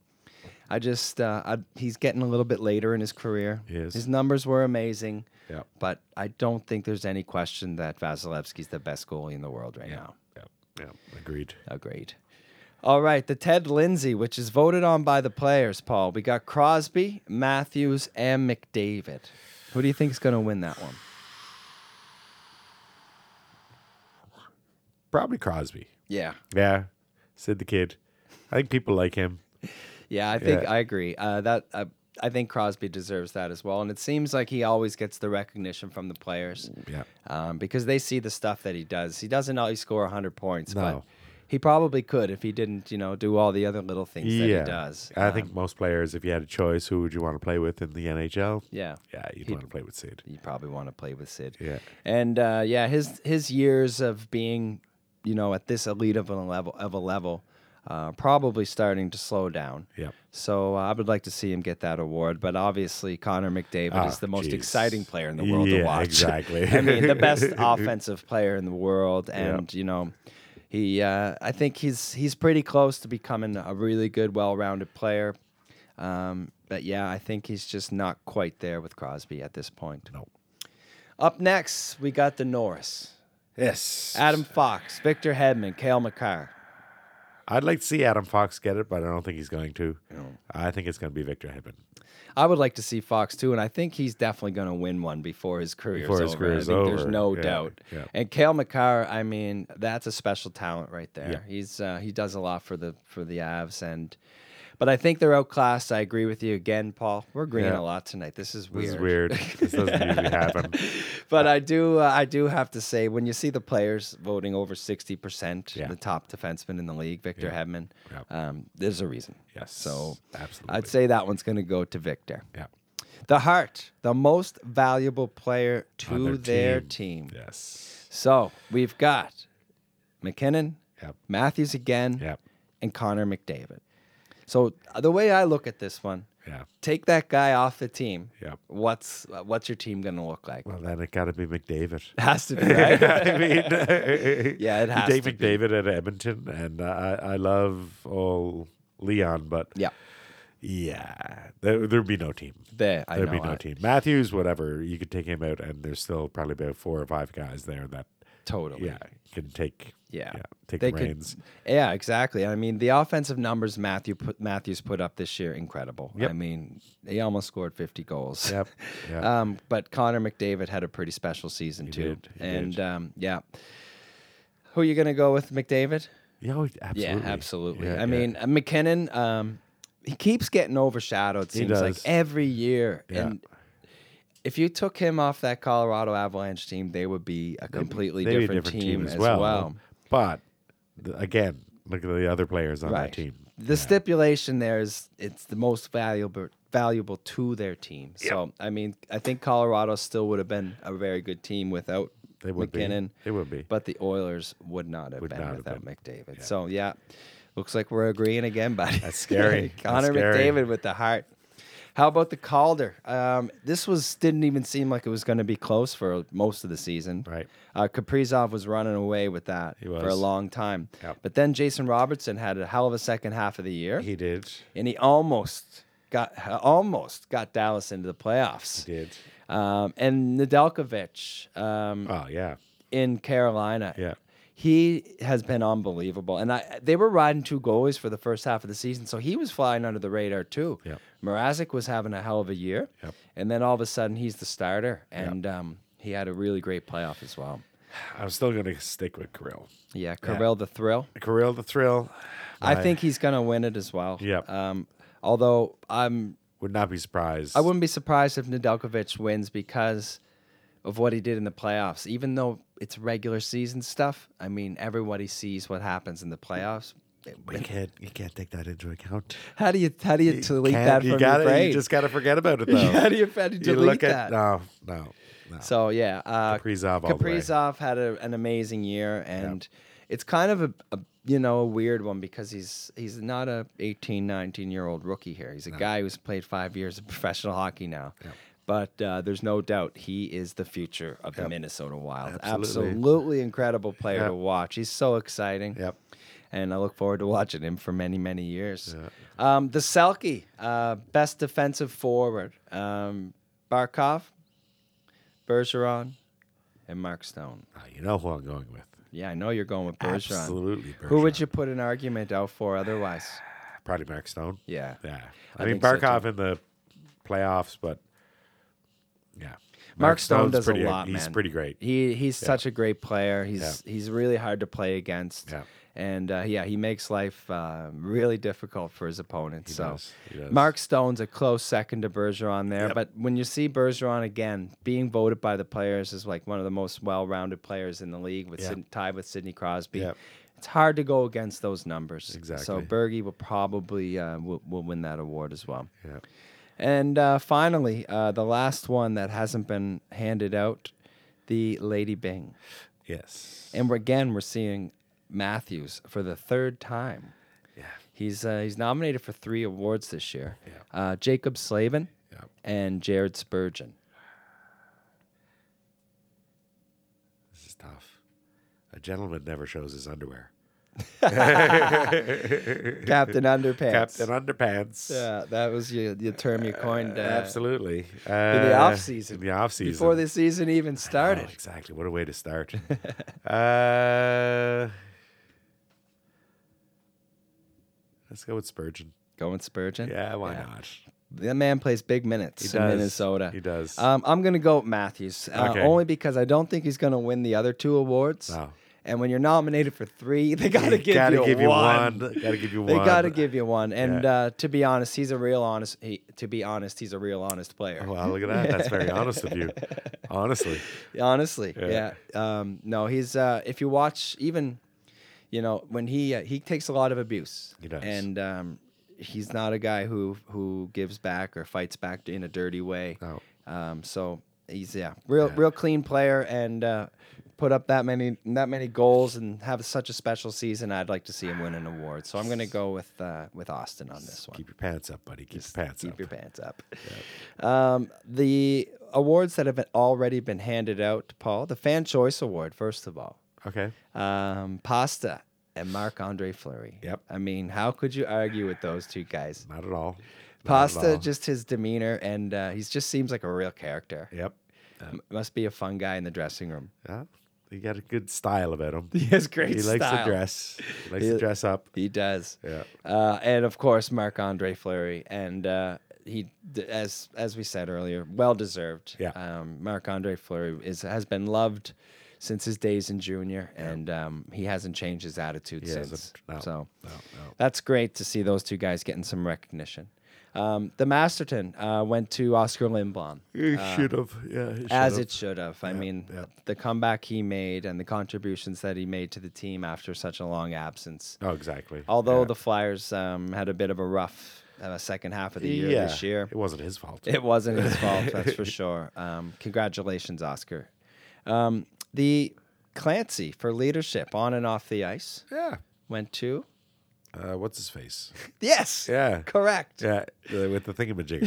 [SPEAKER 2] I just uh, I, he's getting a little bit later in his career.
[SPEAKER 3] He is.
[SPEAKER 2] His numbers were amazing.
[SPEAKER 3] Yeah.
[SPEAKER 2] But I don't think there's any question that Vasilevsky's the best goalie in the world right now.
[SPEAKER 3] yeah, yeah, agreed.
[SPEAKER 2] Agreed. Oh, All right, the Ted Lindsay, which is voted on by the players, Paul. We got Crosby, Matthews, and McDavid. Who do you think is going to win that one?
[SPEAKER 3] Probably Crosby.
[SPEAKER 2] Yeah.
[SPEAKER 3] Yeah, Sid the Kid. I think people like him.
[SPEAKER 2] Yeah, I think
[SPEAKER 3] Yeah.
[SPEAKER 2] I agree. Uh, that uh, I think Crosby deserves that as well. And it seems like he always gets the recognition from the players.
[SPEAKER 3] Yeah.
[SPEAKER 2] Um, because they see the stuff that he does. He doesn't always score 100 points, but
[SPEAKER 3] No.
[SPEAKER 2] he probably could if he didn't, you know, do all the other little things that
[SPEAKER 3] yeah,
[SPEAKER 2] he does.
[SPEAKER 3] I
[SPEAKER 2] Um,
[SPEAKER 3] think most players, if you had a choice, who would you want to play with in the NHL?
[SPEAKER 2] Yeah.
[SPEAKER 3] yeah, you'd
[SPEAKER 2] He'd-
[SPEAKER 3] want to play with Sid.
[SPEAKER 2] you probably want to play with Sid.
[SPEAKER 3] Yeah.
[SPEAKER 2] And uh, yeah, his his years of being, you know, at this elite of a level of a level, uh, probably starting to slow down.
[SPEAKER 3] Yep.
[SPEAKER 2] So uh, I would like to see him get that award, but obviously Connor McDavid is
[SPEAKER 3] Ah,
[SPEAKER 2] the most
[SPEAKER 3] jeez.
[SPEAKER 2] exciting player in the world to
[SPEAKER 3] Yeah,
[SPEAKER 2] watch. *laughs*
[SPEAKER 3] exactly.
[SPEAKER 2] I mean, the
[SPEAKER 3] *laughs*
[SPEAKER 2] best offensive player in the world, and you know, he. Uh, I think he's he's pretty close to becoming a really good, well-rounded player. Um, but yeah, I think he's just not quite there with Crosby at this point.
[SPEAKER 3] No.
[SPEAKER 2] Up next, we got the Norris.
[SPEAKER 3] Yes,
[SPEAKER 2] Adam Fox, Victor Hedman, Kale McCarr.
[SPEAKER 3] I'd like to see Adam Fox get it, but I don't think he's going to. I think it's going to be Victor Hedman.
[SPEAKER 2] I would like to see Fox too, and I think he's definitely going to win one before his career
[SPEAKER 3] Before
[SPEAKER 2] is
[SPEAKER 3] his
[SPEAKER 2] over.
[SPEAKER 3] career
[SPEAKER 2] I
[SPEAKER 3] is
[SPEAKER 2] think There's
[SPEAKER 3] over.
[SPEAKER 2] no
[SPEAKER 3] Yeah,
[SPEAKER 2] doubt.
[SPEAKER 3] yeah.
[SPEAKER 2] And Kale McCarr, I mean, that's a special talent right there.
[SPEAKER 3] Yeah.
[SPEAKER 2] He's uh, he does a lot for the for the Avs, and but I think they're outclassed. I agree with you again, Paul. We're green a
[SPEAKER 3] Yeah.
[SPEAKER 2] lot tonight. This is weird.
[SPEAKER 3] This
[SPEAKER 2] *laughs*
[SPEAKER 3] is weird. this doesn't usually happen.
[SPEAKER 2] But I do, uh, I do have to say, when you see the players voting over sixty percent,
[SPEAKER 3] Yeah.
[SPEAKER 2] the top defenseman in the league, Victor
[SPEAKER 3] Yeah.
[SPEAKER 2] Hedman,
[SPEAKER 3] Yeah.
[SPEAKER 2] um, there's a reason.
[SPEAKER 3] Yes,
[SPEAKER 2] So
[SPEAKER 3] absolutely.
[SPEAKER 2] I'd say that one's going to go to Victor.
[SPEAKER 3] Yeah.
[SPEAKER 2] The heart, the most valuable player
[SPEAKER 3] On
[SPEAKER 2] to their team.
[SPEAKER 3] Yes.
[SPEAKER 2] So we've got McKinnon,
[SPEAKER 3] Yep.
[SPEAKER 2] Matthews again,
[SPEAKER 3] Yep.
[SPEAKER 2] and Connor McDavid. So uh, the way I look at this one,
[SPEAKER 3] Yeah.
[SPEAKER 2] take that guy off the team.
[SPEAKER 3] Yep.
[SPEAKER 2] What's uh, what's your team going to look like?
[SPEAKER 3] Well, then it got to be
[SPEAKER 2] *laughs*
[SPEAKER 3] McDavid. *laughs*
[SPEAKER 2] has to be right.
[SPEAKER 3] I mean, *laughs*
[SPEAKER 2] Yeah, it
[SPEAKER 3] you
[SPEAKER 2] has
[SPEAKER 3] take
[SPEAKER 2] to be.
[SPEAKER 3] McDavid at Edmonton, and I, I love old Leon, but
[SPEAKER 2] yeah.
[SPEAKER 3] yeah, there, there'd be no team.
[SPEAKER 2] There, I
[SPEAKER 3] There'd
[SPEAKER 2] know.
[SPEAKER 3] be no
[SPEAKER 2] I-
[SPEAKER 3] team. Matthews, whatever, you could take him out, and there's still probably about four or five guys there that
[SPEAKER 2] Totally.
[SPEAKER 3] yeah can take
[SPEAKER 2] Yeah.
[SPEAKER 3] take
[SPEAKER 2] They
[SPEAKER 3] the
[SPEAKER 2] could-
[SPEAKER 3] reins.
[SPEAKER 2] Yeah, exactly. I mean, the offensive numbers Matthew put, Matthews put up this year incredible. I
[SPEAKER 3] Yep.
[SPEAKER 2] mean, he almost scored 50 *laughs* goals.
[SPEAKER 3] Yep. Yeah.
[SPEAKER 2] Um, but Connor McDavid had a pretty special season too.
[SPEAKER 3] did, he
[SPEAKER 2] and
[SPEAKER 3] did.
[SPEAKER 2] Um, yeah. Who are you going to go with McDavid?
[SPEAKER 3] yeah, oh, absolutely.
[SPEAKER 2] Yeah, absolutely.
[SPEAKER 3] Yeah,
[SPEAKER 2] I
[SPEAKER 3] yeah.
[SPEAKER 2] mean, uh, McKinnon, um, he keeps getting overshadowed, seems like
[SPEAKER 3] does.
[SPEAKER 2] every year.
[SPEAKER 3] Yeah.
[SPEAKER 2] And if you took him off that Colorado Avalanche team, they would be a completely
[SPEAKER 3] They'd be
[SPEAKER 2] different, team, as well.
[SPEAKER 3] But th- again, look at the other players on that team.
[SPEAKER 2] The stipulation there is it's the most valuable valuable to their team. So I mean, I think Colorado still would have been a very good team without
[SPEAKER 3] They would be.
[SPEAKER 2] McKinnon.
[SPEAKER 3] They would be.
[SPEAKER 2] But the Oilers would not have
[SPEAKER 3] Would
[SPEAKER 2] been
[SPEAKER 3] not have
[SPEAKER 2] without
[SPEAKER 3] been.
[SPEAKER 2] McDavid. So yeah, looks like we're agreeing again, *laughs* buddy. That's
[SPEAKER 3] scary. That's
[SPEAKER 2] Connor
[SPEAKER 3] scary.
[SPEAKER 2] McDavid with the heart. How about the Calder? Um, this was didn't even seem like it was going to be close for most of the season.
[SPEAKER 3] Right.
[SPEAKER 2] Uh, Kaprizov was running away with that for a
[SPEAKER 3] was.
[SPEAKER 2] long time.
[SPEAKER 3] Yep.
[SPEAKER 2] But then Jason Robertson had a hell of a second half of the year,
[SPEAKER 3] He did.
[SPEAKER 2] and he almost got almost got Dallas into the playoffs.
[SPEAKER 3] He did.
[SPEAKER 2] Um, and Nedeljkovic um,
[SPEAKER 3] Oh yeah.
[SPEAKER 2] in Carolina,
[SPEAKER 3] Yeah.
[SPEAKER 2] he has been unbelievable. And I they were riding two goalies for the first half of the season, so he was flying under the radar too.
[SPEAKER 3] Yep.
[SPEAKER 2] Mrazek was having a hell of a year,
[SPEAKER 3] Yep.
[SPEAKER 2] and then all of a sudden he's the starter, and um, he had a really great playoff as well.
[SPEAKER 3] I'm still gonna stick with Kirill.
[SPEAKER 2] Yeah, Carell the thrill.
[SPEAKER 3] Kirill the thrill.
[SPEAKER 2] I think he's going to win it as well.
[SPEAKER 3] Yep.
[SPEAKER 2] Um, although I'm,
[SPEAKER 3] Would not be surprised.
[SPEAKER 2] I wouldn't be surprised if Nedeljkovic wins because of what he did in the playoffs. Even though it's regular season stuff, I mean, everybody sees what happens in the playoffs.
[SPEAKER 3] You can't you can't take that into account.
[SPEAKER 2] How do you how do you delete
[SPEAKER 3] Can't-
[SPEAKER 2] that from
[SPEAKER 3] you
[SPEAKER 2] your
[SPEAKER 3] gotta-
[SPEAKER 2] brain?
[SPEAKER 3] You just gotta forget about it though.
[SPEAKER 2] how do *laughs* you, how do you delete that?
[SPEAKER 3] no, no, no.
[SPEAKER 2] So yeah, uh,
[SPEAKER 3] Kaprizov all the way.
[SPEAKER 2] Kaprizov had a, an amazing year, and it's kind of a, a you know a weird one because he's he's not a 18, 19 year old rookie here. He's a guy who's played five years of *laughs* professional hockey now. But uh, there's no doubt he is the future of the Minnesota Wild. Absolutely,
[SPEAKER 3] Absolutely.
[SPEAKER 2] incredible player
[SPEAKER 3] Yep.
[SPEAKER 2] to watch. He's so exciting.
[SPEAKER 3] Yep.
[SPEAKER 2] And I look forward to watching him for many, many years. Um, the Selkie, uh, best defensive forward. Um, Barkov, Bergeron, and Mark Stone.
[SPEAKER 3] Uh, you know who I'm going with.
[SPEAKER 2] Yeah, I know you're going with Bergeron.
[SPEAKER 3] Absolutely.
[SPEAKER 2] Who would
[SPEAKER 3] Bergeron.
[SPEAKER 2] you put an argument out for otherwise?
[SPEAKER 3] Probably Mark Stone.
[SPEAKER 2] Yeah.
[SPEAKER 3] Yeah. I,
[SPEAKER 2] I
[SPEAKER 3] mean,
[SPEAKER 2] think so,
[SPEAKER 3] Barkov
[SPEAKER 2] too.
[SPEAKER 3] in the playoffs, but yeah.
[SPEAKER 2] Mark Stone
[SPEAKER 3] Stone's
[SPEAKER 2] does
[SPEAKER 3] pretty,
[SPEAKER 2] a lot,
[SPEAKER 3] He's
[SPEAKER 2] man.
[SPEAKER 3] pretty great.
[SPEAKER 2] He he's such a great player. He's he's really hard to play against.
[SPEAKER 3] Yeah.
[SPEAKER 2] And uh, yeah, he makes life uh, really difficult for his opponents. so
[SPEAKER 3] does. He does.
[SPEAKER 2] Mark Stone's a close second to Bergeron there. But when you see Bergeron again being voted by the players as like one of the most well-rounded players in the league, with Syd- tied with Sidney Crosby,
[SPEAKER 3] Yep.
[SPEAKER 2] it's hard to go against those numbers. So
[SPEAKER 3] Exactly.
[SPEAKER 2] Bergie will probably uh, will, will win that award as well.
[SPEAKER 3] Yeah.
[SPEAKER 2] And uh, finally, uh, the last one that hasn't been handed out, the Lady Bing.
[SPEAKER 3] Yes.
[SPEAKER 2] And we're, again, we're seeing Matthews for the third time. Yeah. He's uh, he's nominated for three awards this year. Yeah. Uh, Jacob Slavin and Jared Spurgeon.
[SPEAKER 3] *laughs* This is tough. A gentleman never shows his underwear.
[SPEAKER 2] Captain Underpants.
[SPEAKER 3] Captain Underpants.
[SPEAKER 2] Yeah, that was your, your term you coined. Uh,
[SPEAKER 3] Absolutely. Uh,
[SPEAKER 2] the off-season.
[SPEAKER 3] In the off season. Oh,
[SPEAKER 2] Before the season even started.
[SPEAKER 3] exactly. What a way to start.
[SPEAKER 2] *laughs*
[SPEAKER 3] uh, let's go with Spurgeon.
[SPEAKER 2] Going Spurgeon?
[SPEAKER 3] Yeah, why not?
[SPEAKER 2] That man plays big minutes
[SPEAKER 3] He
[SPEAKER 2] in
[SPEAKER 3] does.
[SPEAKER 2] Minnesota.
[SPEAKER 3] He does.
[SPEAKER 2] Um, I'm going to go with Matthews, uh,
[SPEAKER 3] Okay.
[SPEAKER 2] only because I don't think he's going to win the other two awards.
[SPEAKER 3] No.
[SPEAKER 2] And when you're nominated for three, they got to
[SPEAKER 3] They
[SPEAKER 2] give,
[SPEAKER 3] gotta
[SPEAKER 2] you,
[SPEAKER 3] give you
[SPEAKER 2] one.
[SPEAKER 3] one. Gotta give you
[SPEAKER 2] They
[SPEAKER 3] one.
[SPEAKER 2] got to
[SPEAKER 3] *laughs*
[SPEAKER 2] give you one. And
[SPEAKER 3] Yeah.
[SPEAKER 2] uh, to be honest, he's a real honest. He, to be honest, he's a real honest player.
[SPEAKER 3] Wow, look at that. That's very honest of
[SPEAKER 2] *laughs*
[SPEAKER 3] you. Honestly.
[SPEAKER 2] Honestly, yeah. Um, no, he's uh, if you watch even, you know, when he uh, he takes a lot of abuse.
[SPEAKER 3] He does.
[SPEAKER 2] And um, he's not a guy who who gives back or fights back in a dirty way.
[SPEAKER 3] No.
[SPEAKER 2] Um, so he's yeah, real real clean player and uh, put up that many that many goals and have such a special season. I'd like to see him win an award. So I'm gonna go with uh, with Austin on this one
[SPEAKER 3] Keep your pants up, buddy. Keep your pants
[SPEAKER 2] keep
[SPEAKER 3] up.
[SPEAKER 2] your pants up. Um, the awards that have been- already been handed out, Paul, the Fan Choice Award, first of all,
[SPEAKER 3] okay.
[SPEAKER 2] um, Pasta and Marc Andre Fleury.
[SPEAKER 3] Yep.
[SPEAKER 2] I mean, how could you argue with those two guys?
[SPEAKER 3] Not at all. Not at
[SPEAKER 2] Pasta,
[SPEAKER 3] all.
[SPEAKER 2] just his demeanor, and uh, he just seems like a real character.
[SPEAKER 3] Yep.
[SPEAKER 2] M- must be a fun guy in the dressing room.
[SPEAKER 3] Yeah. He got a good style
[SPEAKER 2] *laughs*
[SPEAKER 3] about him. He
[SPEAKER 2] has great
[SPEAKER 3] He likes to
[SPEAKER 2] style.
[SPEAKER 3] dress. He likes
[SPEAKER 2] He-
[SPEAKER 3] to dress up.
[SPEAKER 2] He does.
[SPEAKER 3] Yeah.
[SPEAKER 2] Uh, and of course, Marc Andre Fleury, and uh, he, d- as as we said earlier, well deserved.
[SPEAKER 3] Yeah.
[SPEAKER 2] Um, Marc Andre Fleury is has been loved since his days in junior, and um, he hasn't changed his attitude
[SPEAKER 3] hasn't.
[SPEAKER 2] since.
[SPEAKER 3] No,
[SPEAKER 2] so
[SPEAKER 3] no, no.
[SPEAKER 2] that's great to see those two guys getting some recognition. Um, the Masterton uh, went to Oscar Lindblom
[SPEAKER 3] He should Uh, have. Yeah. he
[SPEAKER 2] as
[SPEAKER 3] should've.
[SPEAKER 2] it should have. I mean, the comeback he made and the contributions that he made to the team after such a long absence.
[SPEAKER 3] Oh, exactly.
[SPEAKER 2] Although
[SPEAKER 3] Yeah.
[SPEAKER 2] the Flyers um, had a bit of a rough uh, second half of the year
[SPEAKER 3] yeah.
[SPEAKER 2] this year,
[SPEAKER 3] It wasn't his fault.
[SPEAKER 2] it wasn't
[SPEAKER 3] *laughs*
[SPEAKER 2] his fault, that's for sure. Um, congratulations, Oscar. Um, the Clancy for leadership on and off the ice
[SPEAKER 3] yeah.
[SPEAKER 2] went to
[SPEAKER 3] Uh, what's his
[SPEAKER 2] *laughs*
[SPEAKER 3] face?
[SPEAKER 2] yes,
[SPEAKER 3] Yeah.
[SPEAKER 2] correct,
[SPEAKER 3] Yeah, uh, with the
[SPEAKER 2] *laughs*
[SPEAKER 3] thingamajig.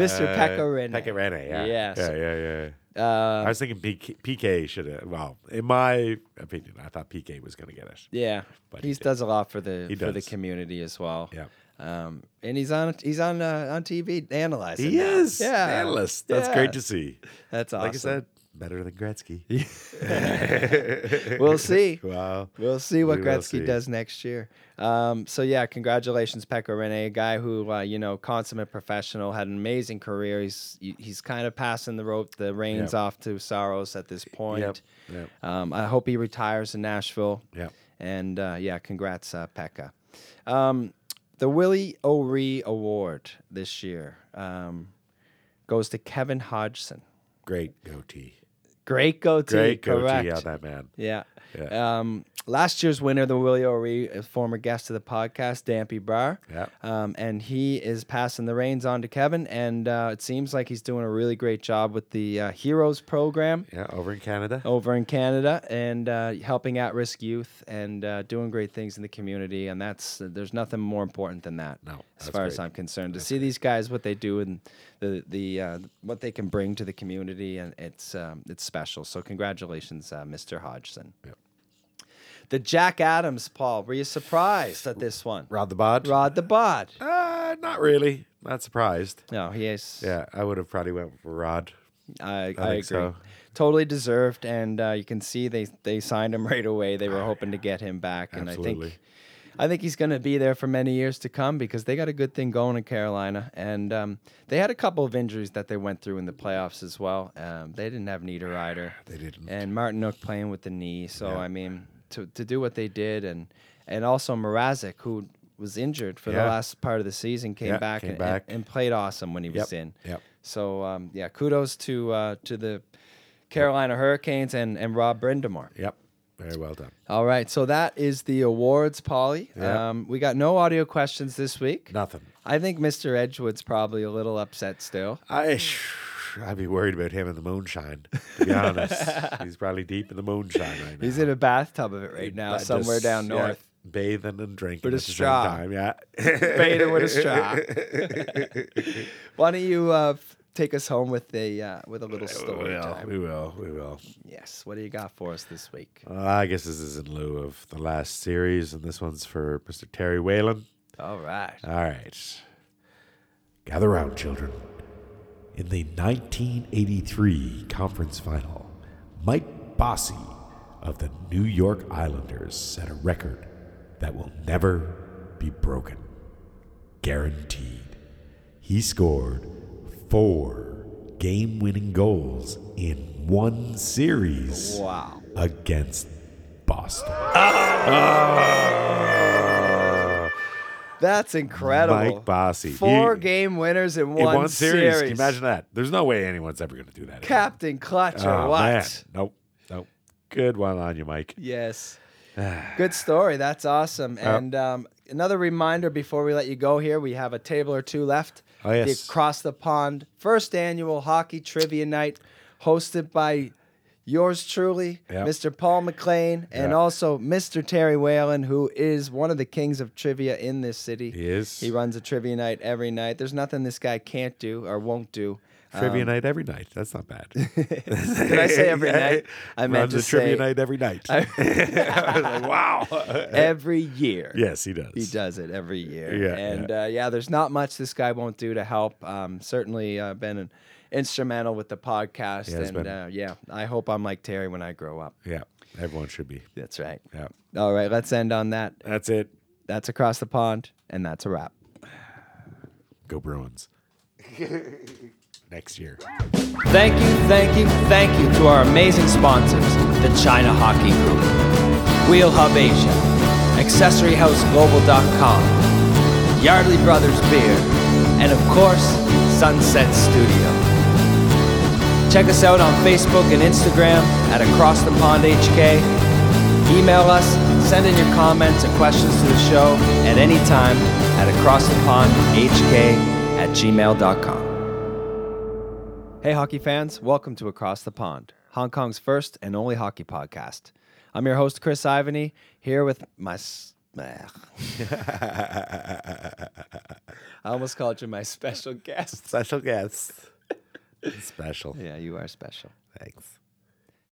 [SPEAKER 2] Mr. Pekka
[SPEAKER 3] Pekka Rinne, Uh, yeah.
[SPEAKER 2] Yes. Uh,
[SPEAKER 3] Yeah, yeah, yeah. I was thinking PK, PK should have. Well, in my opinion, I thought PK was going to get it.
[SPEAKER 2] Yeah,
[SPEAKER 3] But
[SPEAKER 2] he
[SPEAKER 3] he
[SPEAKER 2] does a lot for the
[SPEAKER 3] He
[SPEAKER 2] for the
[SPEAKER 3] does.
[SPEAKER 2] community as well.
[SPEAKER 3] Yeah.
[SPEAKER 2] Um, and he's on he's on uh, on TV analyzing.
[SPEAKER 3] He
[SPEAKER 2] now.
[SPEAKER 3] is.
[SPEAKER 2] Yeah.
[SPEAKER 3] an Analyst. That's great to
[SPEAKER 2] Yeah.
[SPEAKER 3] see.
[SPEAKER 2] That's awesome.
[SPEAKER 3] Like I said, better than
[SPEAKER 2] *laughs*
[SPEAKER 3] Gretzky. *laughs*
[SPEAKER 2] we'll see.
[SPEAKER 3] Wow.
[SPEAKER 2] We'll see what
[SPEAKER 3] We will
[SPEAKER 2] Gretzky
[SPEAKER 3] see.
[SPEAKER 2] does next year. Um, so yeah, congratulations, Pekka Rinne, a guy who uh, you know, consummate professional, had an amazing career. He's he- he's kind of passing the rope, the reins
[SPEAKER 3] Yep.
[SPEAKER 2] off to Saros at this point.
[SPEAKER 3] Yep.
[SPEAKER 2] Um, I hope he retires in Nashville.
[SPEAKER 3] Yep.
[SPEAKER 2] And uh, yeah, congrats, uh, Pekka. Um, the Willie O'Ree Award this year um, goes to Kevin Hodgson.
[SPEAKER 3] Great goatee.
[SPEAKER 2] Great goatee,
[SPEAKER 3] Great
[SPEAKER 2] correct?
[SPEAKER 3] goatee on that man.
[SPEAKER 2] Yeah.
[SPEAKER 3] Yeah.
[SPEAKER 2] Um, Last year's winner, the Willie O'Ree, a former guest of the podcast, Dampy Brar.
[SPEAKER 3] Yeah.
[SPEAKER 2] Um, and he is passing the reins on to Kevin, and uh, it seems like he's doing a really great job with the uh, Heroes program
[SPEAKER 3] Yeah, over in Canada.
[SPEAKER 2] over in Canada and uh, helping at risk youth and uh, doing great things in the community. And that's there's nothing more important than that.
[SPEAKER 3] No,
[SPEAKER 2] as
[SPEAKER 3] that's
[SPEAKER 2] far as
[SPEAKER 3] great.
[SPEAKER 2] I'm concerned, to see these guys what they do and the the uh, what they can bring to the community, and it's um, it's special. So congratulations, uh, Mr. Hodgson. The Jack Adams, Paul. Were you surprised at this one?
[SPEAKER 3] Rod the Bod.
[SPEAKER 2] Rod the Bod.
[SPEAKER 3] Uh, not really. Not surprised.
[SPEAKER 2] No, he is.
[SPEAKER 3] Yeah, I would have probably went for Rod.
[SPEAKER 2] I, I, agree.
[SPEAKER 3] think so.
[SPEAKER 2] Totally deserved, and uh, you can see they they signed him right away. They were hoping to get him back, and I
[SPEAKER 3] Ah, Absolutely.
[SPEAKER 2] think I think he's going to be there for many years to come because they got a good thing going in Carolina, and um, they had a couple of injuries that they went through in the playoffs as well. Um, they didn't have Niederreiter,
[SPEAKER 3] *sighs* They didn't.
[SPEAKER 2] and Martin Nook playing with the knee. So I mean, to to do what they did, and and also Mrazek who. Was injured for the
[SPEAKER 3] Yeah.
[SPEAKER 2] last part of the season, came
[SPEAKER 3] Yeah,
[SPEAKER 2] back,
[SPEAKER 3] came
[SPEAKER 2] and,
[SPEAKER 3] back.
[SPEAKER 2] and and played awesome when he was
[SPEAKER 3] Yep,
[SPEAKER 2] in.
[SPEAKER 3] yep.
[SPEAKER 2] So um, yeah, kudos to uh, to the Carolina Hurricanes and and Rob Brindamore.
[SPEAKER 3] Yep. Very well done.
[SPEAKER 2] All right, so that is the awards, Polly.
[SPEAKER 3] Yeah.
[SPEAKER 2] Um, we got no audio questions this week.
[SPEAKER 3] Nothing.
[SPEAKER 2] I think Mr. Edgewood's probably a little upset still.
[SPEAKER 3] I, *sighs* I'd be worried about him in the moonshine. To be honest, he's probably deep in the moonshine right now.
[SPEAKER 2] He's in a bathtub of it right now,
[SPEAKER 3] But
[SPEAKER 2] somewhere
[SPEAKER 3] just,
[SPEAKER 2] down
[SPEAKER 3] yeah,
[SPEAKER 2] north.
[SPEAKER 3] bathing and drinking
[SPEAKER 2] With a
[SPEAKER 3] at the
[SPEAKER 2] straw.
[SPEAKER 3] same time. Yeah.
[SPEAKER 2] Bathing with a straw.
[SPEAKER 3] *laughs*
[SPEAKER 2] Why don't you uh, f- take us home with a uh, with a *laughs* little
[SPEAKER 3] *laughs*
[SPEAKER 2] story
[SPEAKER 3] Well,
[SPEAKER 2] time?
[SPEAKER 3] we will. We will.
[SPEAKER 2] Yes. What do you got for us this week?
[SPEAKER 3] Uh, I guess this is in lieu of the last series, and this one's for Mr. Terry Whalen.
[SPEAKER 2] All right.
[SPEAKER 3] All right.
[SPEAKER 5] Gather round, children. In the 1983 conference final, Mike Bossy of the New York Islanders set a record that will never be broken. Guaranteed. He scored four game winning goals in one series
[SPEAKER 2] Wow.
[SPEAKER 5] against Boston.
[SPEAKER 2] That's incredible.
[SPEAKER 3] Mike Bossy.
[SPEAKER 2] Four
[SPEAKER 3] He-
[SPEAKER 2] game winners in one,
[SPEAKER 3] in one series. Can you
[SPEAKER 2] series.
[SPEAKER 3] imagine that? There's no way anyone's ever going to do that. again.
[SPEAKER 2] Captain Clutch or
[SPEAKER 3] Oh,
[SPEAKER 2] what?
[SPEAKER 3] man. Nope. Nope. Good one on you, Mike. *sighs*
[SPEAKER 2] Yes. Good story. That's awesome. And um, another reminder before we let you go here, we have a table or two left.
[SPEAKER 3] Oh, yes.
[SPEAKER 2] The Across the Pond first annual hockey trivia night hosted by yours truly,
[SPEAKER 3] Yep.
[SPEAKER 2] Mr. Paul McLean, and
[SPEAKER 3] Yeah.
[SPEAKER 2] also Mr. Terry Whalen, who is one of the kings of trivia in this city.
[SPEAKER 3] He is.
[SPEAKER 2] He runs a trivia night every night. There's nothing this guy can't do or won't do.
[SPEAKER 3] Trivia
[SPEAKER 2] um,
[SPEAKER 3] night every night. That's not bad.
[SPEAKER 2] *laughs* Did I
[SPEAKER 3] *laughs*
[SPEAKER 2] say every night? I
[SPEAKER 3] Runs
[SPEAKER 2] meant to
[SPEAKER 3] a trivia
[SPEAKER 2] say
[SPEAKER 3] night every night.
[SPEAKER 2] *laughs*
[SPEAKER 3] *laughs* I was like, wow.
[SPEAKER 2] every year.
[SPEAKER 3] yes, he does.
[SPEAKER 2] He does it every year.
[SPEAKER 3] Yeah,
[SPEAKER 2] and Uh, yeah, there's not much this guy won't do to help. Um, certainly uh, been an instrumental with the podcast.
[SPEAKER 3] Yeah, it's
[SPEAKER 2] and
[SPEAKER 3] been-
[SPEAKER 2] uh, yeah, I hope I'm like Terry when I grow up.
[SPEAKER 3] Yeah, everyone should be.
[SPEAKER 2] That's right.
[SPEAKER 3] Yeah,
[SPEAKER 2] All right, let's end on that.
[SPEAKER 3] that's it.
[SPEAKER 2] That's across the pond, and that's a wrap. *laughs*
[SPEAKER 3] Go Bruins. Next year.
[SPEAKER 2] Thank you, thank you, thank you to our amazing sponsors, the China Hockey Group, Wheel Hub Asia, AccessoryHouseGlobal.com, Yardley Brothers Beer, and of course, Sunset Studio. Check us out on Facebook and Instagram at Across the Pond HK. Email us, send in your comments and questions to the show at any time at AcrossThePondHK at gmail.com. Hey, hockey fans, welcome to Across the Pond, Hong Kong's first and only hockey podcast. I'm your host, Chris Ivany, here with my. s- *laughs* bleh. I almost called you my
[SPEAKER 3] *laughs*
[SPEAKER 2] special guest.
[SPEAKER 3] Special guest. Special.
[SPEAKER 2] Yeah, you are special.
[SPEAKER 3] Thanks.